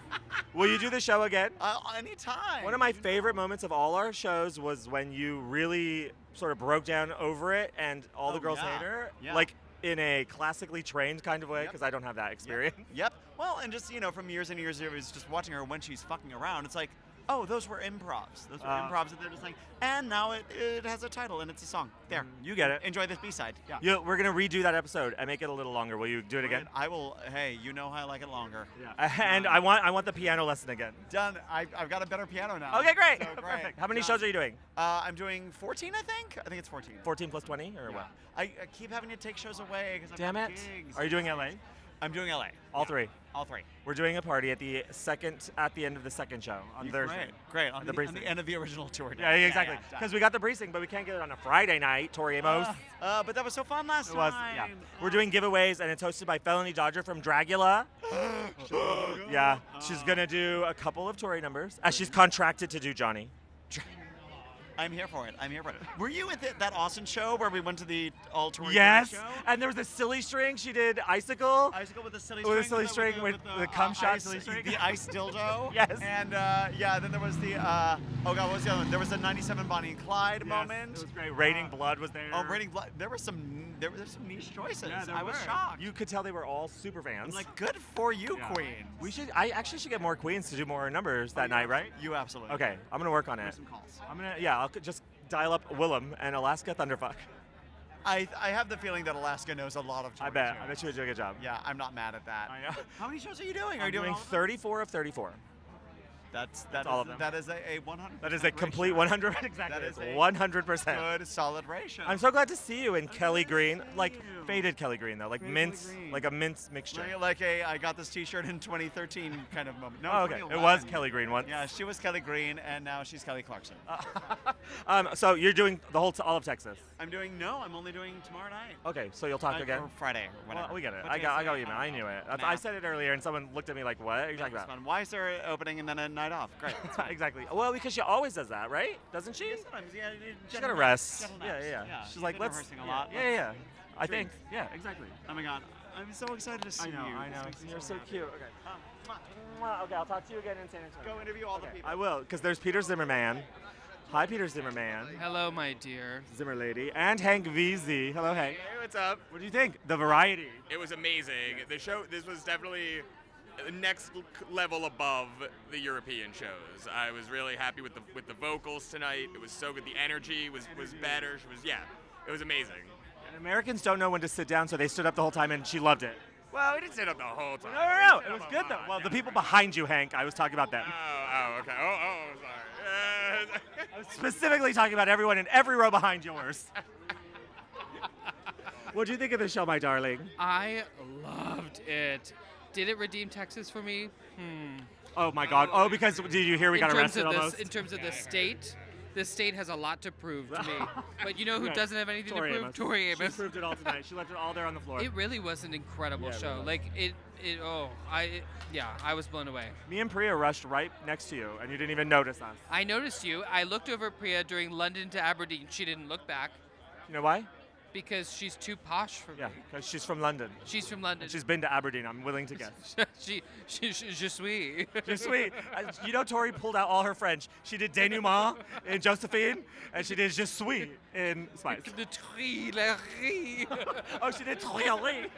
Speaker 1: Will you do the show again?
Speaker 15: Uh, anytime.
Speaker 1: One of my favorite moments of all our shows was when you really sort of broke down over it and all the
Speaker 15: Oh,
Speaker 1: girls
Speaker 15: yeah.
Speaker 1: hate her.
Speaker 15: Yeah.
Speaker 1: Like in a classically trained kind of way,
Speaker 15: Yep.
Speaker 1: because I don't have that experience.
Speaker 15: Yep. Well, and just you know, from years and years of years, just watching her when she's fucking around, it's like, oh, those were improvs. Those were
Speaker 1: Uh.
Speaker 15: improvs, and they're just like, and now it, it has a title and it's a song. There.
Speaker 1: Mm, You get it.
Speaker 15: Enjoy this B-side. Yeah.
Speaker 1: You, we're gonna redo that episode and make it a little longer. Will you do it again?
Speaker 15: I will. Hey, you know how I like it longer. Uh,
Speaker 1: And I want I want the piano lesson again.
Speaker 15: Done. I, I've got a better piano now.
Speaker 1: Okay, great.
Speaker 15: So great.
Speaker 1: Perfect. How many
Speaker 15: Done.
Speaker 1: shows are you doing?
Speaker 15: Uh, I'm doing 14, I think. I think it's 14.
Speaker 1: 14 plus 20 or what?
Speaker 15: I, I keep having to take shows away because
Speaker 1: Damn it.
Speaker 15: gigs.
Speaker 1: Are you doing LA?
Speaker 15: I'm doing LA.
Speaker 1: All three.
Speaker 15: All three.
Speaker 1: We're doing a party at the second at the end of the second show on
Speaker 15: You-
Speaker 1: Thursday.
Speaker 15: Great. Great. On,
Speaker 1: At
Speaker 15: the, on
Speaker 1: precinct.
Speaker 15: the end of the original tour.
Speaker 1: Yeah,
Speaker 15: date.
Speaker 1: exactly.
Speaker 15: yeah,
Speaker 1: Because we got the precinct, but we can't get it on a Friday night. Tori Amos.
Speaker 15: Uh, uh, but that was so fun last
Speaker 1: it was. Yeah.
Speaker 15: time.
Speaker 1: We're doing giveaways, and it's hosted by Felony Dodger from Dragula. yeah. She's gonna do a couple of Tori numbers. Uh, she's contracted to do Johnny.
Speaker 15: I'm here for it. I'm here for it. Were you at the, that Austin show where we went to the all tour?
Speaker 1: yes.
Speaker 15: show?
Speaker 1: And there was a silly string. She did icicle.
Speaker 15: Icicle with a silly
Speaker 1: With a
Speaker 15: string,
Speaker 1: silly
Speaker 15: with the-
Speaker 1: string with,
Speaker 15: with the,
Speaker 1: the, cum
Speaker 15: uh,
Speaker 1: shot.
Speaker 15: ice-
Speaker 1: silly string.
Speaker 15: the ice dildo.
Speaker 1: yes.
Speaker 15: And uh, yeah, then there was the uh, oh god, what was the other one? There was the '97 Bonnie and Clyde
Speaker 1: Yes,
Speaker 15: moment.
Speaker 1: it was great. Raining Blood was there.
Speaker 15: Oh, Raining Blood. There were some there were some niche choices.
Speaker 1: Yeah, there
Speaker 15: I was
Speaker 1: were.
Speaker 15: shocked.
Speaker 1: You could tell they were all super fans.
Speaker 15: like, good for you,
Speaker 1: Yeah.
Speaker 15: Queen.
Speaker 1: We should. I actually should get more queens to do more numbers that night, right?
Speaker 15: You Oh, absolutely.
Speaker 1: Okay, I'm gonna work on
Speaker 15: There's
Speaker 1: it.
Speaker 15: some calls.
Speaker 1: I'm gonna. Yeah, I'll c- just dial up Willem and Alaska Thunderfuck.
Speaker 15: I, I have the feeling that Alaska knows a lot of.
Speaker 1: I bet. I bet you would do a good job.
Speaker 15: Yeah, I'm not mad at that. I know. How many shows are you doing?
Speaker 1: I'm
Speaker 15: are you doing,
Speaker 1: doing
Speaker 15: all of them?
Speaker 1: 34 of 34.
Speaker 15: That's
Speaker 1: That's
Speaker 15: that
Speaker 1: all
Speaker 15: is-
Speaker 1: of them.
Speaker 15: That is a, a 100.
Speaker 1: That is a complete 100.
Speaker 15: That is a
Speaker 1: 100 percent.
Speaker 15: good solid ratio.
Speaker 1: I'm so glad to see you in Kelly Green, like faded Kelly Green though, like
Speaker 15: Faded Kelly
Speaker 1: mince,
Speaker 15: green.
Speaker 1: like a mince mixture.
Speaker 15: Like, like a I got this T-shirt in 2013 kind of moment. No,
Speaker 1: Oh, okay. It
Speaker 15: 2011.
Speaker 1: was Kelly Green once. Uh,
Speaker 15: Yeah, she was Kelly Green, and now she's Kelly Clarkson.
Speaker 1: Um, so you're doing the whole t- all of Texas.
Speaker 15: I'm doing no. I'm only doing tomorrow night.
Speaker 1: Okay, so you'll talk
Speaker 15: Uh,
Speaker 1: again
Speaker 15: or Friday or
Speaker 1: Well,
Speaker 15: whatever.
Speaker 1: we get it.
Speaker 15: What
Speaker 1: I
Speaker 15: day
Speaker 1: got,
Speaker 15: is
Speaker 1: I got
Speaker 15: it?
Speaker 1: you, man.
Speaker 15: I
Speaker 1: I
Speaker 15: don't
Speaker 1: knew
Speaker 15: know.
Speaker 1: it. That's,
Speaker 15: Nah.
Speaker 1: I said it earlier, and someone looked at me like, "What are you talking
Speaker 15: It's
Speaker 1: about?"
Speaker 15: fun. Why is there an opening and then a night off? Great. it's fine.
Speaker 1: exactly. Well, because she always does that, right? Doesn't she?
Speaker 15: Sometimes, yeah,
Speaker 1: She's got to rest. Yeah, yeah, yeah. She's
Speaker 15: she's
Speaker 1: like,
Speaker 15: been
Speaker 1: "Let's."
Speaker 15: rehearsing a
Speaker 1: yeah,
Speaker 15: lot.
Speaker 1: Yeah,
Speaker 15: Let's-
Speaker 1: yeah. I think.
Speaker 15: Treats.
Speaker 1: Yeah, exactly.
Speaker 15: Oh my God, I'm so excited to see
Speaker 1: I know.
Speaker 15: you.
Speaker 1: I
Speaker 15: This
Speaker 1: know.
Speaker 15: makes me
Speaker 1: You're so
Speaker 15: happy.
Speaker 1: cute. Okay. Mwah. Okay, I'll talk to you again in San Antonio.
Speaker 15: Go interview all the people.
Speaker 1: I will, because there's Peter Zimmerman. Hi, Peter Zimmerman.
Speaker 16: Hello, my dear.
Speaker 1: Zimmer lady. And Hank Veazey. Hello, Hank.
Speaker 17: Hey, what's up?
Speaker 1: What do you think? The variety.
Speaker 17: It was amazing. The show, this was definitely the next l- level above the European shows. I was really happy with the with the vocals tonight. It was so good. The energy was was better. She was yeah, it was amazing.
Speaker 1: And Americans don't know when to sit down, so they stood up the whole time, and she loved it.
Speaker 17: Well, we didn't sit up the whole time.
Speaker 1: No, no, no. It was good though. Well, the people behind you, Hank. I was talking about them.
Speaker 17: Oh, oh, okay. Oh, oh, sorry. I was
Speaker 1: Specifically talking about everyone in every row behind yours. what do you think of the show, my darling?
Speaker 16: I loved it. Did it redeem Texas for me? Hmm.
Speaker 1: Oh my God. Oh, because did you hear we
Speaker 16: in
Speaker 1: got
Speaker 16: terms
Speaker 1: arrested
Speaker 16: of this-
Speaker 1: almost?
Speaker 16: in terms of the state, the state has a lot to prove to me. but you know who
Speaker 1: Right.
Speaker 16: doesn't have anything
Speaker 1: Tori
Speaker 16: to prove?
Speaker 1: Amos.
Speaker 16: Tori
Speaker 1: She
Speaker 16: Amos.
Speaker 1: proved it all tonight. She left it all there on the floor.
Speaker 16: It really was an incredible
Speaker 1: Yeah, it
Speaker 16: show.
Speaker 1: really was.
Speaker 16: like it, it. Oh, I. yeah, I was blown away.
Speaker 1: Me and Priya rushed right next to you, and you didn't even notice us.
Speaker 16: I noticed you. I looked over at Priya during London to Aberdeen. She didn't look back
Speaker 1: You know why?
Speaker 16: because she's too posh for me.
Speaker 1: Yeah, because she's from London.
Speaker 16: She's from London.
Speaker 1: And she's been to Aberdeen. I'm willing to guess.
Speaker 16: she, she, she, je suis.
Speaker 1: She's sweet. Uh, You know, Tori pulled out all her French. She did denouement in Josephine, and she did je suis in Spice.
Speaker 16: The Tuileries.
Speaker 1: oh, she did Tuileries.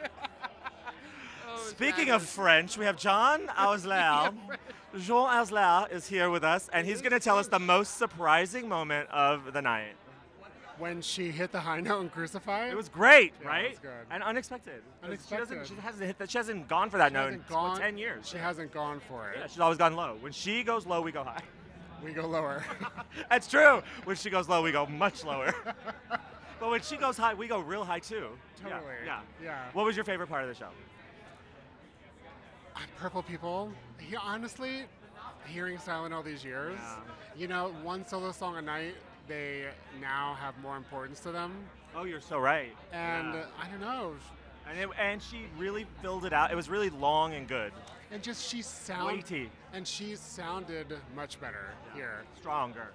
Speaker 16: Oh,
Speaker 1: Speaking of French, we have John Auslau. Jean Auslau is here with us, and he's going to tell us the most surprising moment of the night.
Speaker 18: when she hit the high note and crucified.
Speaker 1: It was great,
Speaker 18: Yeah,
Speaker 1: right?
Speaker 18: It was good.
Speaker 1: And unexpected. 'Cause She, doesn't,
Speaker 18: Unexpected.
Speaker 1: she hasn't hit that. She hasn't gone for that
Speaker 18: She
Speaker 1: note in
Speaker 18: hasn't gone-
Speaker 1: ten years.
Speaker 18: She hasn't gone for it.
Speaker 1: Yeah, she's always gone low. When she goes low, we go high.
Speaker 18: We go lower.
Speaker 1: That's true. When she goes low, we go much lower. but when she goes high, we go real high too. Yeah,
Speaker 18: Totally.
Speaker 1: Yeah.
Speaker 18: Yeah.
Speaker 1: What was your favorite part of the show?
Speaker 18: Purple people. He honestly, hearing Silent all these years, you know, one solo song a night. They now have more importance to them.
Speaker 1: Oh, you're so right.
Speaker 18: And
Speaker 1: Yeah.
Speaker 18: uh, I don't know.
Speaker 1: And, it, and she really filled it out. It was really long and good.
Speaker 18: And just she sounded.
Speaker 1: Weighty.
Speaker 18: And she sounded much better here.
Speaker 1: Stronger.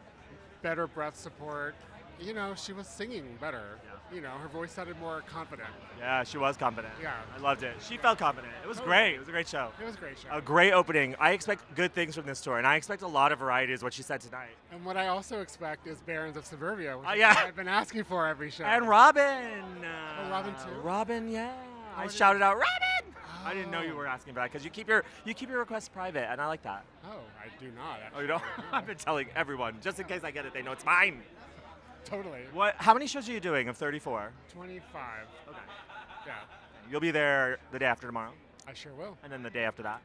Speaker 18: Better breath support. You know, she was singing better. You know, her voice sounded more confident.
Speaker 1: Yeah, she was confident.
Speaker 18: Yeah.
Speaker 1: I loved it. She felt confident. It was
Speaker 18: Totally.
Speaker 1: great. It was a great show.
Speaker 18: It was a great show.
Speaker 1: A great opening. I expect good things from this tour, and I expect a lot of variety, is what she said tonight.
Speaker 18: And what I also expect is Barons of Suburbia, which
Speaker 1: Oh,
Speaker 18: is
Speaker 1: yeah.
Speaker 18: what I've been asking for every show.
Speaker 1: And Robin.
Speaker 18: Oh, Robin too?
Speaker 1: Robin, yeah. I
Speaker 18: did-
Speaker 1: shouted out, Robin! I didn't know you were asking about because you keep your you keep your requests private, and I like that.
Speaker 18: Oh, I do not.
Speaker 1: Oh, you know, I've been telling everyone just in case I get it, they know it's mine.
Speaker 18: Totally.
Speaker 1: What? How many shows are you doing of 34?
Speaker 18: 25. Okay. Yeah,
Speaker 1: You'll be there the day after tomorrow,
Speaker 18: I sure will.
Speaker 1: and then the day after that,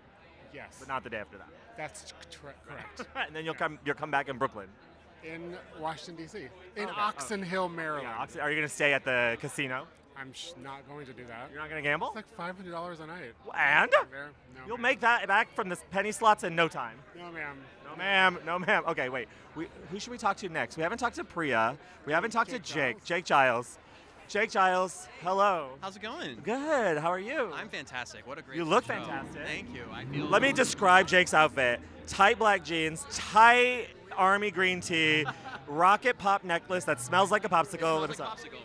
Speaker 18: Yes.
Speaker 1: but not the day after that.
Speaker 18: That's tr- correct.
Speaker 1: and then you'll come you'll come back in Brooklyn.
Speaker 18: In Washington, D.C., in
Speaker 1: Okay. Oh.
Speaker 18: Oxon Hill, Maryland.
Speaker 1: Ox- Are you gonna stay at the casino?
Speaker 18: I'm sh- not going to do that.
Speaker 1: You're not going to gamble?
Speaker 18: It's like $500 a night.
Speaker 1: And
Speaker 18: There- No,
Speaker 1: you'll
Speaker 18: ma'am.
Speaker 1: make that back from the penny slots in no time.
Speaker 18: No, ma'am.
Speaker 1: No, ma'am. No, ma'am. Okay, wait. We, who should we talk to next? We haven't talked to Priya. We haven't talked to Jake. Jake Giles. Jake Giles. Hello.
Speaker 19: How's it going?
Speaker 1: Good. How are you?
Speaker 19: I'm fantastic. What a great
Speaker 1: You look
Speaker 19: show.
Speaker 1: fantastic.
Speaker 19: Thank you. I feel
Speaker 1: Let me describe Jake's outfit: tight black jeans, tight army green tee, rocket pop necklace that smells like a popsicle.
Speaker 19: It
Speaker 1: and
Speaker 19: smells like
Speaker 1: it's a-
Speaker 19: popsicle.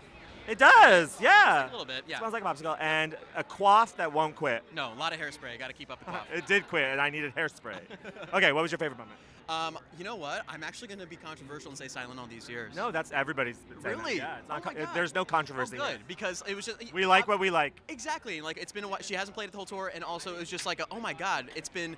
Speaker 1: It does, yeah.
Speaker 19: A little bit, yeah.
Speaker 1: Smells like a popsicle and a quaff that won't quit. Uh,
Speaker 19: No, a lot of hairspray. Got to keep up with cough.
Speaker 1: It did quit, and I needed hairspray. okay, what was your favorite moment?
Speaker 19: Um, you know what? I'm actually going to be controversial and say silent all these years.
Speaker 1: No, that's everybody's. saying that.
Speaker 19: Really?
Speaker 1: Yeah, it's
Speaker 19: Oh
Speaker 1: not
Speaker 19: my
Speaker 1: con- it-
Speaker 19: God.
Speaker 1: there's no
Speaker 19: Oh,
Speaker 1: controversy.
Speaker 19: good because it was just uh,
Speaker 1: We like what we like.
Speaker 19: Exactly. Like it's been a while. She hasn't played it the whole tour, and also it was just like, a, oh my god, it's been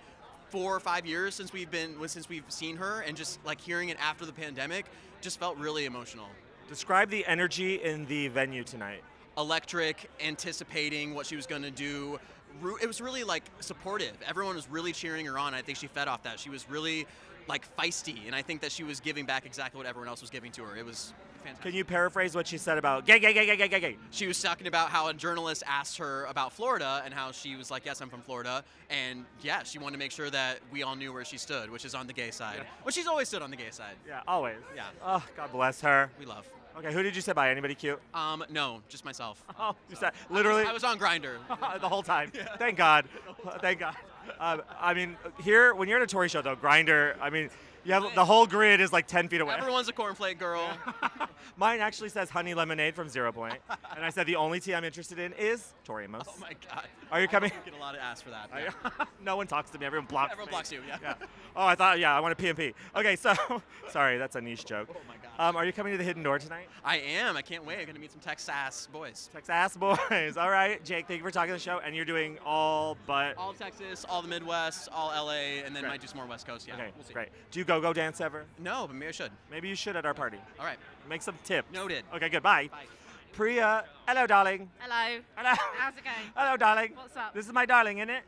Speaker 19: four or five years since we've been was- since we've seen her, and just like hearing it after the pandemic, just felt really emotional.
Speaker 1: Describe the energy in the venue tonight.
Speaker 19: Electric, anticipating what she was going to do. Ru- It was really like supportive. Everyone was really cheering her on. I think she fed off that. She was really like feisty, and I think that she was giving back exactly what everyone else was giving to her. It was fantastic.
Speaker 1: Can you paraphrase what she said about gay, gay, gay, gay, gay, gay, gay?
Speaker 19: She was talking about how a journalist asked her about Florida and how she was like, "Yes, I'm from Florida," and yeah, she wanted to make sure that we all knew where she stood, which is on the gay side.
Speaker 1: Yeah.
Speaker 19: Well, she's always stood on the gay side.
Speaker 1: Yeah, always.
Speaker 19: Yeah.
Speaker 1: Oh, God bless her.
Speaker 19: We love.
Speaker 1: Okay, who did you say bye? Anybody cute?
Speaker 19: Um, no, just myself.
Speaker 1: Oh, you said literally.
Speaker 19: I was on Grinder
Speaker 1: the whole time. Thank God. Thank God. Um, I mean, here when you're at a Tory show though, grinder. I mean, you have the whole grid is like ten feet away.
Speaker 19: Everyone's a cornflake girl.
Speaker 1: Mine actually says honey lemonade from Zero Point, and I said the only tea I'm interested in is Tori Amos.
Speaker 19: Oh my God.
Speaker 1: Are you coming?
Speaker 19: I get a lot of ass for that.
Speaker 1: I-
Speaker 19: yeah.
Speaker 1: no one talks to me. Everyone blocks.
Speaker 19: Everyone
Speaker 1: me.
Speaker 19: blocks you. Yeah.
Speaker 1: Oh, I thought yeah, I want a PMP. Okay, so sorry, that's a niche joke. Oh my
Speaker 19: God.
Speaker 1: Um, are you coming to the Hidden Door tonight?
Speaker 19: I am. I can't wait. I'm gonna meet some Texas boys.
Speaker 1: Texas boys. All right, Jake. Thank you for talking to the show, and you're doing all but.
Speaker 19: All Texas, all the Midwest, all LA, and then
Speaker 1: Great.
Speaker 19: might do some more West Coast. Yeah.
Speaker 1: Okay,
Speaker 19: We'll see.
Speaker 1: great. Do you go go dance ever?
Speaker 19: No, but maybe I should.
Speaker 1: Maybe you should at our party.
Speaker 19: All right.
Speaker 1: Make some tips.
Speaker 19: Noted.
Speaker 1: Okay, good. Bye. Priya, hello, darling.
Speaker 20: Hello.
Speaker 1: Hello.
Speaker 20: How's it going?
Speaker 1: Hello, darling.
Speaker 20: What's up?
Speaker 1: This is my darling, isn't it?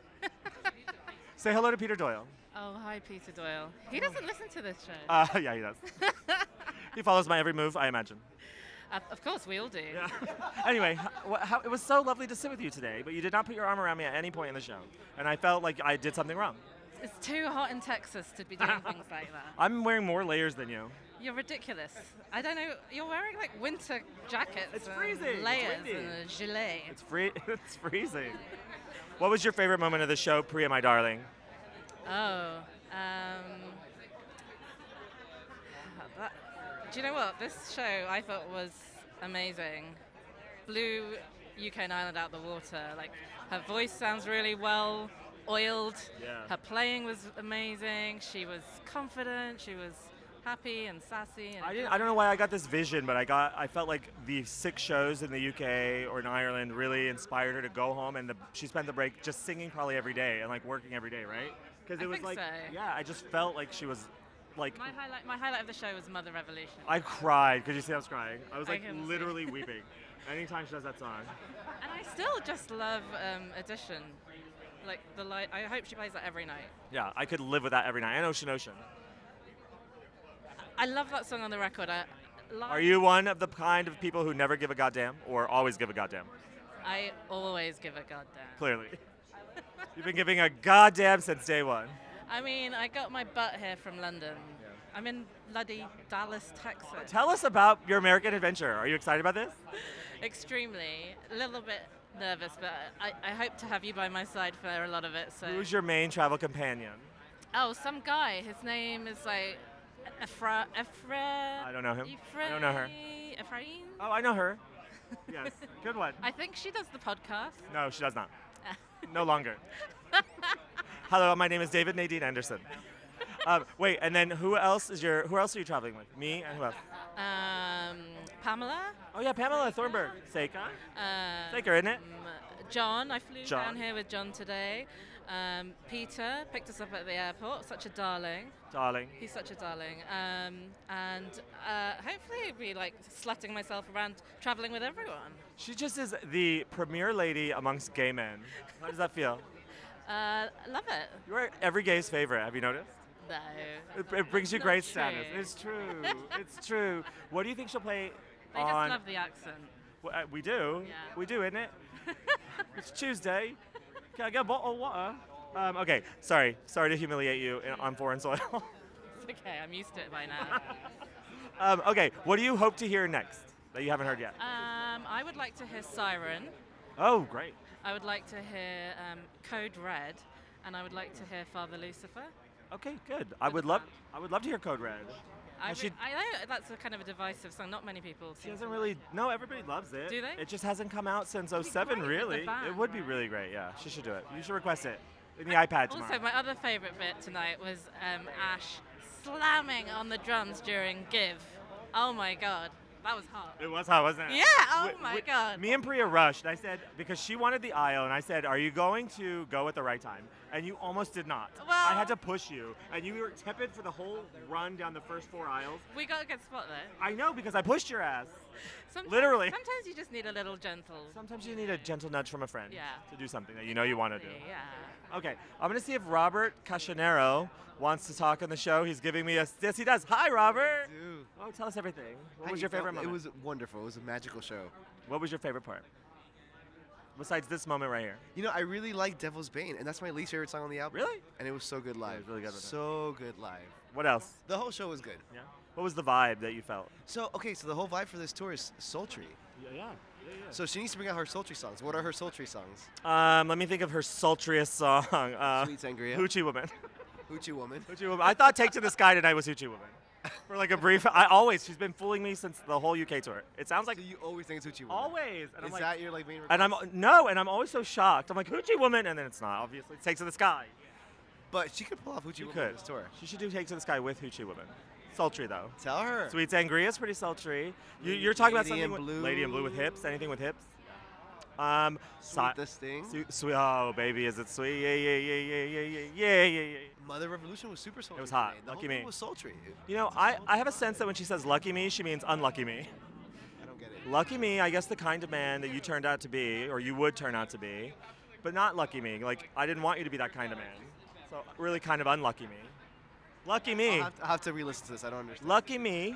Speaker 1: Say hello to Peter Doyle.
Speaker 20: Oh, hi, Peter Doyle. He doesn't listen to this show.
Speaker 1: Uh, yeah, he does. he follows my every move, I imagine.
Speaker 20: Uh, of course, we all do.
Speaker 1: Anyway, h- wh- how, it was so lovely to sit with you today, but you did not put your arm around me at any point in the show, and I felt like I did something wrong.
Speaker 20: It's too hot in Texas to be doing things like that.
Speaker 1: I'm wearing more layers than you.
Speaker 20: You're ridiculous. I don't know. You're wearing like winter jackets. It's
Speaker 1: freezing. It's
Speaker 20: Layers
Speaker 1: windy.
Speaker 20: and a gilet.
Speaker 1: It's free. it's freezing. What was your favorite moment of the show, Priya, my darling?
Speaker 20: Oh. Um, that, do you know what? This show I thought was amazing. Blew UK and Ireland out the water. Like her voice sounds really well oiled.
Speaker 21: Yeah.
Speaker 20: Her playing was amazing. She was confident. She was happy and sassy. And
Speaker 1: I, didn't, I don't know why I got this vision, but I got I felt like the six shows in the UK or in Ireland really inspired her to go home, and the, she spent the break just singing probably every day and like working every day, right? Because
Speaker 20: I
Speaker 1: it was
Speaker 20: think
Speaker 1: like,
Speaker 20: so.
Speaker 1: yeah, I just felt like she was like
Speaker 20: My highlight, my highlight of the show was Mother Revolution.
Speaker 1: I cried. Could you see I was crying? I was
Speaker 20: I
Speaker 1: like
Speaker 20: can see.
Speaker 1: literally weeping. Anytime she does that song.
Speaker 20: And I still just love um, Edition. Like the light. I hope she plays that every night.
Speaker 1: Yeah, I could live with that every night. And Ocean Ocean.
Speaker 20: I love that song on the record. I, live-
Speaker 1: Are you one of the kind of people who never give a goddamn or always give a goddamn?
Speaker 20: I always give a goddamn.
Speaker 1: Clearly. You've been giving a goddamn since day one.
Speaker 20: I mean, I got my butt here from London. I'm in bloody Dallas, Texas.
Speaker 1: Tell us about your American adventure. Are you excited about this?
Speaker 20: Extremely. A little bit nervous, but I, I hope to have you by my side for a lot of it. So.
Speaker 1: Who's your main travel companion?
Speaker 20: Oh, some guy. His name is like Efra. Efra.
Speaker 1: I don't know him. I don't know her.
Speaker 20: Efrain.
Speaker 1: Oh, I know her. Yes, good one.
Speaker 20: I think she does the podcast.
Speaker 1: No, she does not. No longer. Hello, my name is David Nadine Anderson. Um, wait, and then who else is your? Who else are you traveling with? Me and who else?
Speaker 20: Um, Pamela.
Speaker 1: Oh yeah, Pamela Thornburg. Seika.
Speaker 20: Um,
Speaker 1: Seika, isn't it?
Speaker 20: John, I flew
Speaker 1: John.
Speaker 20: down here with John today. Um, Peter picked us up at the airport. Such a darling.
Speaker 1: Darling.
Speaker 20: He's such a darling. Um, and uh, hopefully, I'll be like slutting myself around traveling with everyone.
Speaker 1: She just is the premier lady amongst gay men. How does that feel?
Speaker 20: Uh, love it.
Speaker 1: You're every gay's favorite. Have you noticed?
Speaker 20: No.
Speaker 1: It, it brings you
Speaker 20: Not
Speaker 1: great
Speaker 20: true.
Speaker 1: status. It's true. it's true. What do you think she'll play
Speaker 20: They
Speaker 1: on?
Speaker 20: just love the accent.
Speaker 1: Well, uh, we do.
Speaker 20: Yeah.
Speaker 1: We do, isn't it? it's Tuesday. Can I get a bottle of water? Um, okay, sorry. Sorry to humiliate you in, on foreign soil.
Speaker 20: It's okay. I'm used to it by now.
Speaker 1: um, okay, what do you hope to hear next that you haven't heard yet?
Speaker 20: um, I would like to hear Siren.
Speaker 1: Oh, great.
Speaker 20: I would like to hear um, Code Red, and I would like to hear Father Lucifer.
Speaker 1: Okay, good. I would love I would love to hear Code Red.
Speaker 20: I,
Speaker 1: And she
Speaker 20: re- I know that's a kind of a divisive song. Not many people.
Speaker 1: she doesn't really no, everybody loves it.
Speaker 20: Do they?
Speaker 1: It just hasn't come out since 07
Speaker 20: great with the
Speaker 1: really. it
Speaker 20: band,
Speaker 1: would be really great, yeah. She should do it. You should request it. In the iPad tomorrow.
Speaker 20: Also, my other favorite bit tonight was um, Ash slamming on the drums during "Give." Oh my god, that was hot.
Speaker 1: It was hot, wasn't it?
Speaker 20: Yeah, oh
Speaker 1: Wi-
Speaker 20: my
Speaker 1: wi-
Speaker 20: God.
Speaker 1: Me and Priya rushed. I said because she wanted the aisle, and I said, "Are you going to go at the right time?" And you almost did not. I had to push you, and you were tepid for the whole run down the first four aisles.
Speaker 20: We got a good spot there.
Speaker 1: I know because I pushed your ass.
Speaker 20: Sometimes,
Speaker 1: Literally.
Speaker 20: Sometimes you just need a little gentle.
Speaker 1: Sometimes you need a gentle nudge from a friend
Speaker 20: Yeah.
Speaker 1: to do something that you know you want to do.
Speaker 20: Yeah.
Speaker 1: Okay, I'm gonna see if Robert Casanero wants to talk on the show. He's giving me a yes, he does. Hi, Robert. Oh, tell us everything. What
Speaker 21: How
Speaker 1: was
Speaker 21: you
Speaker 1: your favorite
Speaker 21: felt?
Speaker 1: moment?
Speaker 21: It was wonderful. It was a magical show.
Speaker 1: What was your favorite part? Besides this moment right here.
Speaker 21: You know, I really like Devil's Bane, and that's my least favorite song on the album.
Speaker 1: Really?
Speaker 21: And it was so good live. really good. So good live.
Speaker 1: What else?
Speaker 21: The whole show was good.
Speaker 1: Yeah. What was the vibe that you felt?
Speaker 21: So okay, so the whole vibe for this tour is sultry.
Speaker 1: Yeah, yeah, yeah.
Speaker 21: So she needs to bring out her sultry songs. What are her sultry songs?
Speaker 1: Um, let me think of her sultriest song. Uh,
Speaker 21: Sweet Sangria.
Speaker 1: Hoochie Woman.
Speaker 21: Hoochie Woman.
Speaker 1: Hoochie Woman. I thought Take to the Sky tonight was Hoochie Woman. For like a brief, I always, she's been fooling me since the whole UK tour. It sounds like.
Speaker 21: you always think it's Hoochie Woman.
Speaker 1: Always. And
Speaker 21: is
Speaker 1: I'm like-
Speaker 21: that your like main?
Speaker 1: And I'm,
Speaker 21: request?
Speaker 1: no, and I'm always so shocked. I'm like, Hoochie Woman, and then it's not, obviously. It's Take to the Sky.
Speaker 21: But she could pull off Hoochie
Speaker 1: She
Speaker 21: Woman
Speaker 1: could.
Speaker 21: this tour.
Speaker 1: She should do Take to the Sky with Hoochie Woman. Sultry, though.
Speaker 21: Tell her.
Speaker 1: Sweet Sangria is pretty sultry. You, you're talking about
Speaker 21: Lady
Speaker 1: something
Speaker 21: in
Speaker 1: with
Speaker 21: Blue.
Speaker 1: Lady in Blue with hips. Anything with hips? Um,
Speaker 21: Sweet This Thing.
Speaker 1: Sweet, oh baby, is it sweet? Yeah, yeah, yeah, yeah, yeah, yeah, yeah, yeah, yeah.
Speaker 21: Mother Revolution was super sultry.
Speaker 1: It was hot.
Speaker 21: today. The
Speaker 1: Lucky
Speaker 21: whole
Speaker 1: me.
Speaker 21: thing was sultry.
Speaker 1: You know, I, I have a sense that when she says lucky me, she means unlucky me.
Speaker 21: I don't get it.
Speaker 1: Lucky me, I guess the kind of man that you turned out to be, or you would turn out to be, but not lucky me. Like I didn't want you to be that kind of man. So really, kind of unlucky me. Lucky me.
Speaker 21: I'll have to, I'll have to re-listen to this. I don't understand.
Speaker 1: Lucky me.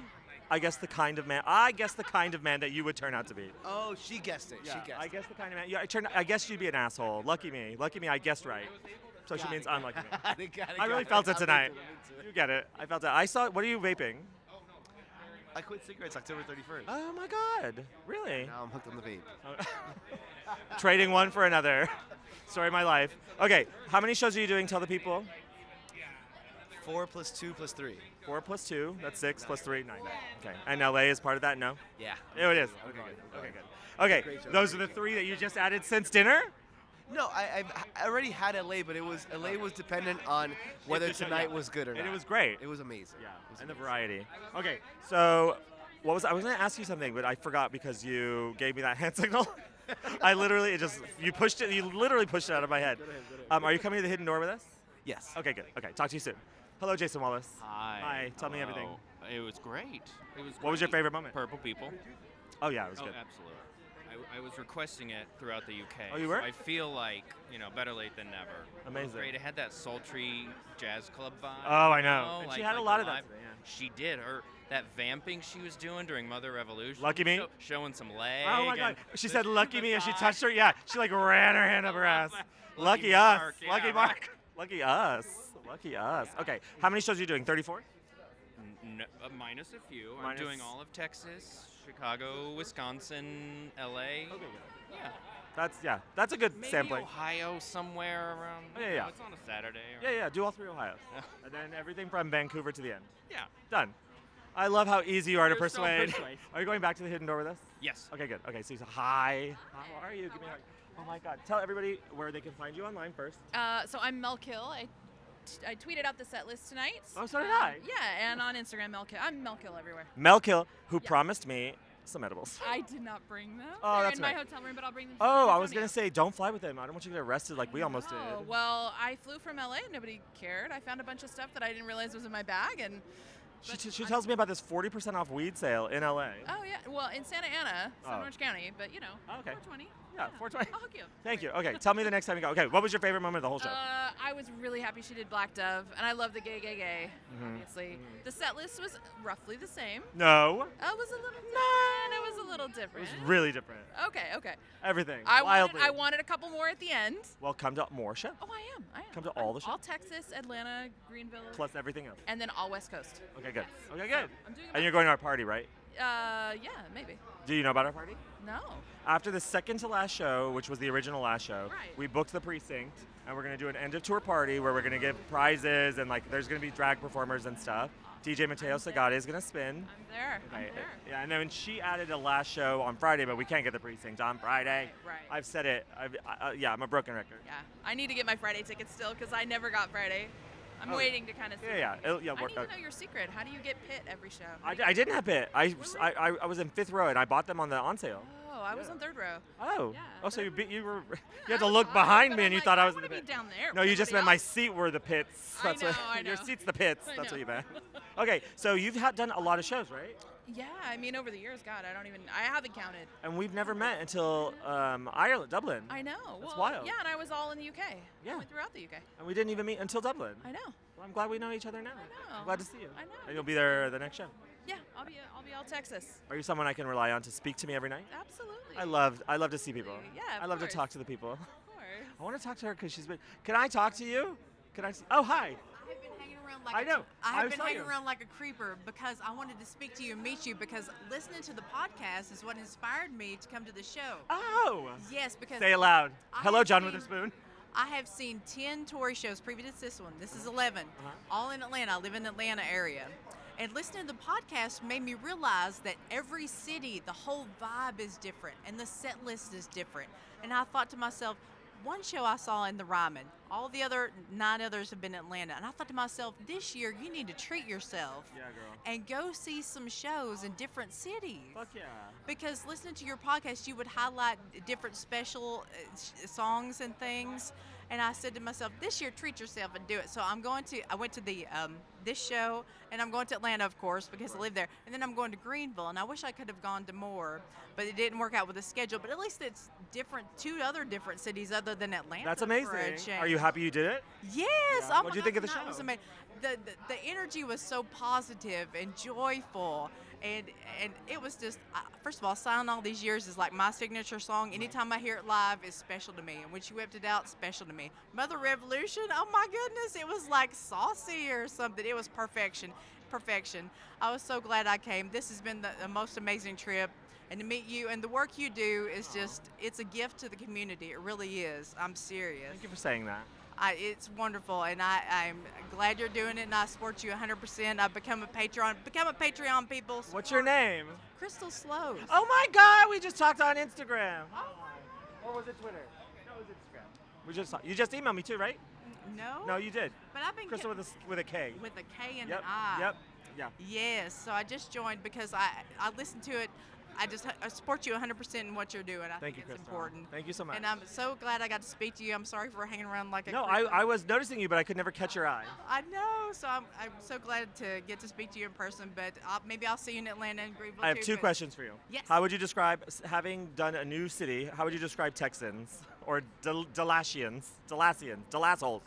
Speaker 1: I guess the kind of man. I guess the kind of man that you would turn out to be.
Speaker 21: Oh, she guessed it.
Speaker 1: Yeah,
Speaker 21: she guessed.
Speaker 1: I guess the kind of man. Yeah, I turned. I guess you'd be an asshole. Lucky me. Lucky me. I guessed right. So she means unlucky me.
Speaker 21: They got it,
Speaker 1: I really
Speaker 21: got
Speaker 1: felt it
Speaker 21: I'm into
Speaker 1: tonight.
Speaker 21: I'm into it.
Speaker 1: You get it. I felt it. I saw. What are you vaping?
Speaker 21: I quit cigarettes October 31st.
Speaker 1: Oh my God! Really?
Speaker 21: Now I'm hooked on the vape.
Speaker 1: Trading one for another. Story of my life. Okay, how many shows are you doing? Tell the people.
Speaker 21: Four plus two plus three.
Speaker 1: Four plus two. That's six. Plus three. Nine. Okay. And LA is part of that. No.
Speaker 21: Yeah.
Speaker 1: Oh, it is.
Speaker 21: I'm
Speaker 1: Okay.
Speaker 21: going,
Speaker 1: Good.
Speaker 21: I'm
Speaker 1: Okay.
Speaker 21: going.
Speaker 1: Good. Okay.
Speaker 21: Great show.
Speaker 1: Those are the three that you just added since dinner.
Speaker 21: No, I, I've, I already had LA, but it was LA was dependent on whether tonight was good or not.
Speaker 1: And it was great.
Speaker 21: It was amazing. Yeah. It was
Speaker 1: and the
Speaker 21: amazing.
Speaker 1: variety. Okay, so what was I was gonna ask you something, but I forgot because you gave me that hand signal. I literally it just you pushed it. You literally pushed it out of my head. Um, are you coming to the hidden door with us?
Speaker 22: Yes.
Speaker 1: Okay, good. Okay, talk to you soon. Hello, Jason Wallace.
Speaker 22: Hi.
Speaker 1: Hi. Tell me everything.
Speaker 22: Hello. It was great. It was.
Speaker 1: What was your
Speaker 22: great.
Speaker 1: favorite moment?
Speaker 22: Purple people.
Speaker 1: Oh yeah, it was
Speaker 22: oh,
Speaker 1: good.
Speaker 22: absolutely. I, I was requesting it throughout the UK.
Speaker 1: Oh, you
Speaker 22: so
Speaker 1: were?
Speaker 22: I feel like you know, better late than never. It was
Speaker 1: Amazing.
Speaker 22: Great. It had that sultry jazz club vibe.
Speaker 1: Oh, I
Speaker 22: you
Speaker 1: know. And she
Speaker 22: like-
Speaker 1: had a
Speaker 22: like
Speaker 1: lot of that
Speaker 22: live-
Speaker 1: today, yeah.
Speaker 22: She did. Her that vamping she was doing during Mother Revolution.
Speaker 1: Lucky me?
Speaker 22: sho- showing some leg.
Speaker 1: Oh my God!
Speaker 22: and
Speaker 1: She
Speaker 22: the
Speaker 1: said "lucky me" and she touched her. Yeah, she like ran her hand up her ass. Lucky,
Speaker 22: Lucky
Speaker 1: us.
Speaker 22: Mark, yeah,
Speaker 1: lucky
Speaker 22: right.
Speaker 1: Mark. Lucky us. Lucky us. Okay. How many shows are you doing? Thirty-four.
Speaker 22: N- uh, minus a few.
Speaker 1: Minus-
Speaker 22: I'm doing all of Texas, Chicago, Wisconsin, LA. Okay,
Speaker 1: Oh,
Speaker 22: yeah.
Speaker 1: That's yeah. That's a good
Speaker 22: Maybe
Speaker 1: sampling.
Speaker 22: Ohio somewhere around.
Speaker 1: Yeah,
Speaker 22: you know,
Speaker 1: yeah.
Speaker 22: It's on a Saturday. Or
Speaker 1: Yeah, yeah, do all three Ohio's. and then everything from Vancouver to the end.
Speaker 22: Yeah.
Speaker 1: Done. I love how easy you are to
Speaker 22: You're so
Speaker 1: persuade.
Speaker 22: persuasive.
Speaker 1: are you going back to the hidden door with us?
Speaker 22: Yes.
Speaker 1: Okay, good. Okay, so you said hi. How are you? Give me a hug. Oh my God. Tell everybody where they can find you online first.
Speaker 23: Uh, so I'm Mel Kill. I, t- I tweeted out the set list tonight.
Speaker 1: Oh, so did
Speaker 23: Um,
Speaker 1: I.
Speaker 23: Yeah, and on Instagram, Mel Kill. I'm Mel Kill everywhere.
Speaker 1: Mel Kill, who promised me some edibles.
Speaker 23: I did not bring them.
Speaker 1: Oh,
Speaker 23: They're
Speaker 1: that's
Speaker 23: in
Speaker 1: right.
Speaker 23: my hotel room, but I'll bring them. to
Speaker 1: Oh,
Speaker 23: San
Speaker 1: I was
Speaker 23: Antonio.
Speaker 1: gonna say, don't fly with them. I don't want you to get arrested like we almost did.
Speaker 23: Oh, well, I flew from LA. Nobody cared. I found a bunch of stuff that I didn't realize was in my bag, and
Speaker 1: she, t- she tells me about this 40% off weed sale in LA.
Speaker 23: oh yeah, well in Santa Ana, it's in
Speaker 1: Oh.
Speaker 23: Orange County, but you know,
Speaker 1: okay.
Speaker 23: 420.
Speaker 1: Yeah, 420.
Speaker 23: I'll hook you up.
Speaker 1: Thank you. Okay, tell me the next time you go. Okay, what was your favorite moment of the whole show?
Speaker 23: Uh, I was really happy she did Black Dove, and I love the gay, gay, gay.
Speaker 1: Mhm.
Speaker 23: Obviously, the set list was roughly the same.
Speaker 1: no.
Speaker 23: Uh, It was a little different. It was a little different.
Speaker 1: Really different.
Speaker 23: Okay, okay.
Speaker 1: Everything.
Speaker 23: I wanted,
Speaker 1: Wildly.
Speaker 23: I wanted a couple more at the end.
Speaker 1: Well, come to more shows.
Speaker 23: Oh, I am. I am.
Speaker 1: Come to all the
Speaker 23: All
Speaker 1: shows.
Speaker 23: Texas, Atlanta, Greenville,
Speaker 1: Plus everything else.
Speaker 23: and then all West Coast.
Speaker 1: Okay, good. Okay, good.
Speaker 23: So, I'm doing
Speaker 1: And
Speaker 23: about-
Speaker 1: you're going to our party, right?
Speaker 23: Uh, yeah, maybe.
Speaker 1: Do you know about our party?
Speaker 23: No.
Speaker 1: After the second to last show, which was the original last show,
Speaker 23: Right.
Speaker 1: we booked the precinct and we're gonna do an end of tour party where we're gonna give prizes and like there's gonna be drag performers and stuff. DJ Mateo Sagade is gonna spin.
Speaker 23: There.
Speaker 1: Right. Yeah, and then she added a last show on Friday, but we can't get the precinct on Friday.
Speaker 23: Right.
Speaker 1: I've said it. I've, I, uh, yeah, I'm a broken record.
Speaker 23: Yeah. I need to get my Friday ticket still because I never got Friday. I'm
Speaker 1: Oh,
Speaker 23: waiting to kind of see.
Speaker 1: yeah, yeah. It'll- yeah,
Speaker 23: I
Speaker 1: work
Speaker 23: need to
Speaker 1: out.
Speaker 23: know your secret. How do you get pit every show?
Speaker 1: I,
Speaker 23: How do
Speaker 1: d-
Speaker 23: you
Speaker 1: I
Speaker 23: get-
Speaker 1: didn't have it. I, I, I- I was in fifth row and I bought them on the on sale.
Speaker 23: Oh, I was on third row.
Speaker 1: Oh. oh, so you, be, you were you had to look behind me and you thought I was in the
Speaker 23: wanna be
Speaker 1: pit.
Speaker 23: down there
Speaker 1: No,
Speaker 23: with
Speaker 1: you just meant
Speaker 23: everybody
Speaker 1: my
Speaker 23: else.
Speaker 1: seat were the pits.
Speaker 23: I
Speaker 1: That's what,
Speaker 23: know, I
Speaker 1: your
Speaker 23: know.
Speaker 1: seat's the pits.
Speaker 23: I
Speaker 1: That's
Speaker 23: know.
Speaker 1: what you meant. Okay, so you've had done a lot of shows, right?
Speaker 23: Yeah, I mean, over the years, God, I don't even, I haven't counted.
Speaker 1: And we've never met until um, Ireland, Dublin.
Speaker 23: I know.
Speaker 1: That's
Speaker 23: well,
Speaker 1: wild.
Speaker 23: Yeah, and I was all in the UK.
Speaker 1: Yeah.
Speaker 23: I went throughout the UK.
Speaker 1: And we didn't even meet until Dublin.
Speaker 23: I know.
Speaker 1: Well, I'm glad we know each other now.
Speaker 23: I know.
Speaker 1: Glad to see you.
Speaker 23: I know.
Speaker 1: And you'll be there the next show.
Speaker 23: Yeah, I'll be, I'll be all Texas.
Speaker 1: Are you someone I can rely on to speak to me every night?
Speaker 23: Absolutely.
Speaker 1: I love I love to see people.
Speaker 23: Absolutely. Yeah, of
Speaker 1: I love
Speaker 23: course.
Speaker 1: to talk to the people.
Speaker 23: Of course.
Speaker 1: I want to talk to her because she's been. Can I talk to you? Can I? s- Oh hi.
Speaker 2: I've been hanging around like
Speaker 1: I
Speaker 2: a-
Speaker 1: know.
Speaker 2: I
Speaker 1: I
Speaker 2: have been
Speaker 1: saw
Speaker 2: hanging
Speaker 1: you.
Speaker 2: around like a creeper because I wanted to speak to you and meet you because listening to the podcast is what inspired me to come to the show.
Speaker 1: Oh.
Speaker 2: Yes, because
Speaker 1: Say it loud.
Speaker 2: I
Speaker 1: Hello,
Speaker 2: have
Speaker 1: John
Speaker 2: seen-
Speaker 1: Witherspoon.
Speaker 2: I have seen ten Tory shows previous to this one. This is 11 all in Atlanta. I live in the Atlanta area, and listening to the podcast made me realize that every city, the whole vibe is different, and the set list is different. And I thought to myself, one show I saw in the Ryman. All the other nine others have been in Atlanta, and I thought to myself, this year you need to treat yourself
Speaker 1: Yeah, girl.
Speaker 2: and go see some shows in different cities. Fuck
Speaker 1: yeah.
Speaker 2: Because listening to your podcast, you would highlight different special uh, sh- songs and things. And I said to myself, this year, treat yourself and do it. So I'm going to, I went to the, um, this show, and I'm going to Atlanta, of course, because I live there. And then I'm going to Greenville, and I wish I could have gone to more, but it didn't work out with the schedule. But at least it's different, two other different cities other than Atlanta.
Speaker 1: That's
Speaker 2: for a
Speaker 1: amazing. Are
Speaker 2: change.
Speaker 1: you happy you did it?
Speaker 2: Yes.
Speaker 1: Yeah.
Speaker 2: Oh
Speaker 1: What'd
Speaker 2: my
Speaker 1: you think of the
Speaker 2: God,
Speaker 1: show?
Speaker 2: It was amazing. The, the the energy was so positive and joyful, and and it was just uh, first of all, "Silent All These Years" is like my signature song. Anytime I hear it live, it's special to me. And when she whipped it out, special to me. Mother Revolution. Oh my goodness, it was like saucy or something. It was perfection, perfection. I was so glad I came. This has been the, the most amazing trip. And to meet you and the work you do is just, it's a gift to the community. It really is. I'm serious.
Speaker 1: Thank you for saying that.
Speaker 2: I, it's wonderful, and I, I'm glad you're doing it, and I support you 100%. I've become a Patreon. Become a Patreon, people.
Speaker 1: What's your name?
Speaker 2: Crystal Slows.
Speaker 1: Oh my God, we just talked on Instagram. Or was it Twitter? No, it was Instagram. We just saw- you just emailed me too, right?
Speaker 2: No.
Speaker 1: No, you did.
Speaker 2: Oh, But I've been
Speaker 1: Crystal
Speaker 2: ca-
Speaker 1: with a s- with a K.
Speaker 2: With a K and
Speaker 1: yep.
Speaker 2: an I.
Speaker 1: Yep. Yeah.
Speaker 2: Yes, so I just joined because I, I listened to it. I just I support you 100% in what you're doing. I
Speaker 1: Thank
Speaker 2: think
Speaker 1: you,
Speaker 2: it's
Speaker 1: Crystal.
Speaker 2: important.
Speaker 1: Thank you so much.
Speaker 2: And I'm so glad I got to speak to you. I'm sorry for hanging around like a
Speaker 1: no, I,
Speaker 2: creep.
Speaker 1: I was noticing you, but I could never catch your eye.
Speaker 2: I know, so I'm, I'm so glad to get to speak to you in person. But i maybe I'll see you in Atlanta and Greenville.
Speaker 1: I have
Speaker 2: too,
Speaker 1: two
Speaker 2: but-
Speaker 1: questions for you.
Speaker 2: Yes.
Speaker 1: How would you describe, s- having done a new city, how would you describe Texans or Del- Dalatians, Dalasians, Dalasholes?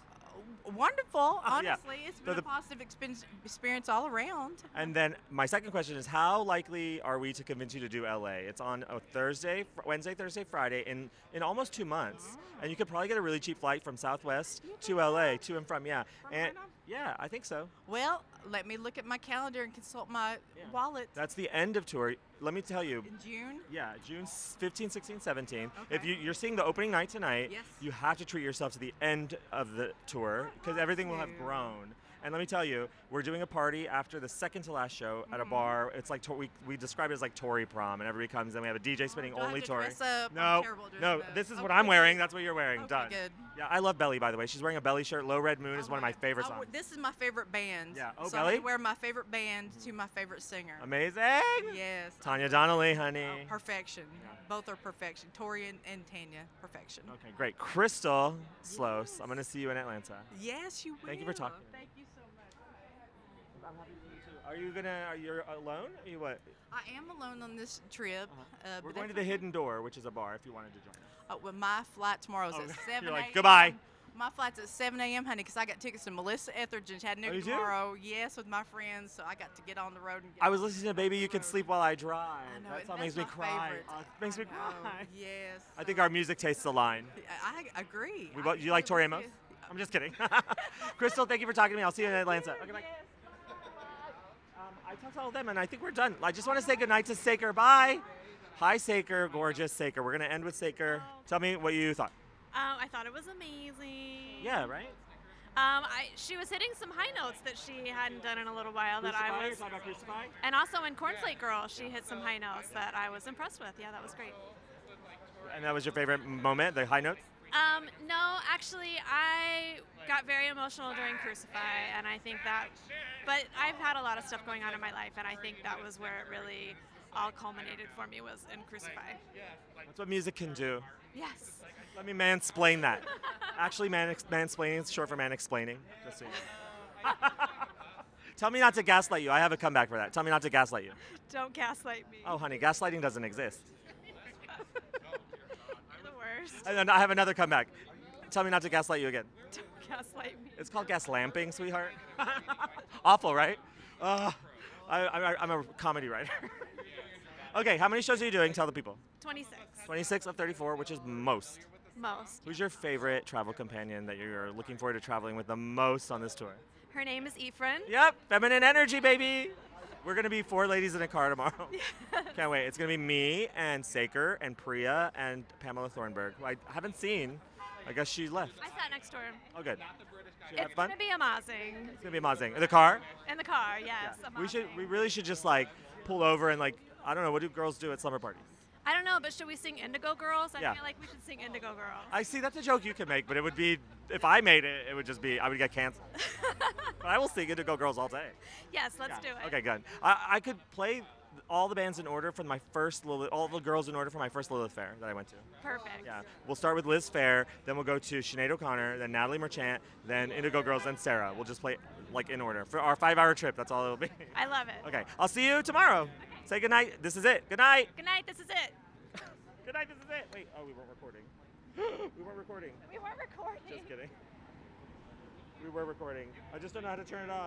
Speaker 2: Wonderful,
Speaker 1: Oh,
Speaker 2: honestly.
Speaker 1: yeah.
Speaker 2: It's
Speaker 1: So
Speaker 2: been
Speaker 1: the-
Speaker 2: a positive expen- experience all around.
Speaker 1: And then my second question is, how likely are we to convince you to do LA? It's on a Thursday, fr- Wednesday, Thursday, Friday in, in almost two months. And you could probably get a really cheap flight from Southwest to LA, to and from, yeah. and, yeah, I think so.
Speaker 2: Well, let me look at my calendar and consult my wallet
Speaker 1: That's the end of tour. Let me tell you,
Speaker 2: in June.
Speaker 1: Yeah, June s- 15, 16, 17. If you, you're seeing the opening night tonight,
Speaker 2: Yes.
Speaker 1: you have to treat yourself to the end of the tour because everything will have
Speaker 2: to.
Speaker 1: grown. And let me tell you, we're doing a party after the second to last show at a
Speaker 2: Mhm.
Speaker 1: bar. It's like to- we, we describe it as like Tory prom, and everybody comes and we have a DJ spinning
Speaker 2: Oh, do I have
Speaker 1: only
Speaker 2: to
Speaker 1: Tory.
Speaker 2: dress up? I'm
Speaker 1: No,
Speaker 2: terrible at
Speaker 1: no,
Speaker 2: dressing up.
Speaker 1: this is what
Speaker 2: Okay,
Speaker 1: I'm
Speaker 2: good.
Speaker 1: wearing. That's what you're wearing. Done.
Speaker 2: good.
Speaker 1: Yeah, I love Belly by the way. She's wearing a belly shirt. Low Red Moon is one of my favorite
Speaker 2: I
Speaker 1: songs.
Speaker 2: w- this is my favorite band.
Speaker 1: Yeah. Oh,
Speaker 2: so I'm gonna
Speaker 1: Belly?
Speaker 2: wear my favorite band to my favorite singer.
Speaker 1: Amazing.
Speaker 2: Yes.
Speaker 1: Tanya Donnelly, honey.
Speaker 2: Oh, Perfection. Both are perfection. Tori and, and Tanya, perfection.
Speaker 1: Okay, Great, Crystal Slows. I'm gonna see you in Atlanta.
Speaker 2: Yes, you will.
Speaker 1: Thank you for talking.
Speaker 2: Thank you so much.
Speaker 1: I'm happy for you too. Are you gonna? Are you alone? Are you what?
Speaker 2: I am alone on this trip. uh
Speaker 1: Uh-huh. We're
Speaker 2: but
Speaker 1: going to
Speaker 2: that's
Speaker 1: the
Speaker 2: okay.
Speaker 1: Hidden Door, which is a bar, if you wanted to join us.
Speaker 2: Uh, well, my flight tomorrow's
Speaker 1: Oh,
Speaker 2: at
Speaker 1: you're
Speaker 2: 7
Speaker 1: like,
Speaker 2: a.m..
Speaker 1: "Goodbye."
Speaker 2: My flight's at 7 a.m., honey, because I got tickets to Melissa Etheridge in Chattanooga
Speaker 1: Oh, you do?
Speaker 2: tomorrow. Yes, with my friends, so I got to get on the road and get
Speaker 1: I was listening to "Baby, You Can Sleep While I Drive."
Speaker 2: know,
Speaker 1: that
Speaker 2: it-
Speaker 1: song
Speaker 2: that's
Speaker 1: makes me
Speaker 2: my
Speaker 1: cry.
Speaker 2: favorite.
Speaker 1: Oh, it makes me cry.
Speaker 2: Oh, yes.
Speaker 1: I think our music tastes align.
Speaker 2: I, I agree.
Speaker 1: We
Speaker 2: I
Speaker 1: both, you like Tori
Speaker 2: totally
Speaker 1: Amos?
Speaker 2: see it.
Speaker 1: I'm just kidding. Crystal, thank you for talking to me. I'll see you in Atlanta. Okay, bye. Um, I talked to all of them, and I think we're done. I just want to say goodnight to
Speaker 2: Oh.
Speaker 1: Saker. Bye. Hi, Saker. Gorgeous Saker. We're going to end with Saker. Tell me what you thought.
Speaker 24: Um, I thought it was amazing.
Speaker 1: Yeah, right?
Speaker 24: Um, I, she was hitting some high notes that she hadn't done in a little while that
Speaker 1: Crucify,
Speaker 24: I
Speaker 1: you're
Speaker 24: was.
Speaker 1: talking about Crucify?
Speaker 24: And also in Cornflake Girl, she hit some high notes that I was impressed with. Yeah, that was great.
Speaker 1: And that was your favorite moment, the high note?
Speaker 24: Um, no, actually, I got very emotional during Crucify, and I think that. But I've had a lot of stuff going on in my life, and I think that was where it really all culminated for me was in Crucify.
Speaker 1: That's what music can do.
Speaker 24: Yes.
Speaker 1: Let me mansplain that. Actually, man, mansplaining is short for man explaining. Just so you know. Tell me not to gaslight you. I have a comeback for that. Tell me not to gaslight you.
Speaker 24: Don't gaslight me.
Speaker 1: Oh, honey, gaslighting doesn't exist.
Speaker 24: You're the worst.
Speaker 1: And then I have another comeback. Tell me not to gaslight you again.
Speaker 24: Don't gaslight me.
Speaker 1: It's called gaslamping, sweetheart. Awful, right? Uh, I, I, I'm a comedy writer. okay, how many shows are you doing? Tell the people.
Speaker 24: 26
Speaker 1: 26 of 34, which is most.
Speaker 24: most.
Speaker 1: Who's your favorite travel companion that you're looking forward to traveling with the most on this tour?
Speaker 24: Her name is Ephraim.
Speaker 1: Yep, feminine energy, baby. We're gonna be four ladies in a car tomorrow. Can't wait. It's gonna be me and Saker and Priya and Pamela Thornburg, who I haven't seen. I guess she left.
Speaker 24: I sat next to her.
Speaker 1: Oh, good. Did you have
Speaker 24: It's
Speaker 1: fun?
Speaker 24: gonna be amazing.
Speaker 1: It's gonna be amazing. In the car?
Speaker 24: In the car, yes. amazing.
Speaker 1: We should. We really should just like pull over and like I don't know what do girls do at slumber parties.
Speaker 24: I don't know, but should we sing Indigo Girls? I
Speaker 1: Yeah.
Speaker 24: feel like we should sing Indigo Girls.
Speaker 1: I see. That's a joke you can make, but it would be if I made it, it would just be I would get canceled. but I will sing Indigo Girls all day.
Speaker 24: Yes, let's do it.
Speaker 1: Okay, good. I, I could play all the bands in order from my first Lilith, all the girls in order for my first Lilith Fair that I went to.
Speaker 24: Perfect.
Speaker 1: Yeah, we'll start with Liz Fair, then we'll go to Sinead O'Connor, then Natalie Merchant, then Indigo Girls, then Sarah. We'll just play like in order for our five-hour trip. That's all it'll be.
Speaker 24: I love it.
Speaker 1: Okay, I'll see you tomorrow. Say good night. This is it. Good night.
Speaker 24: Good night. This is it.
Speaker 1: Good night. This is it. Wait. Oh, we weren't recording. we weren't recording.
Speaker 24: We weren't recording.
Speaker 1: Just kidding. We were recording. I just don't know how to turn it off.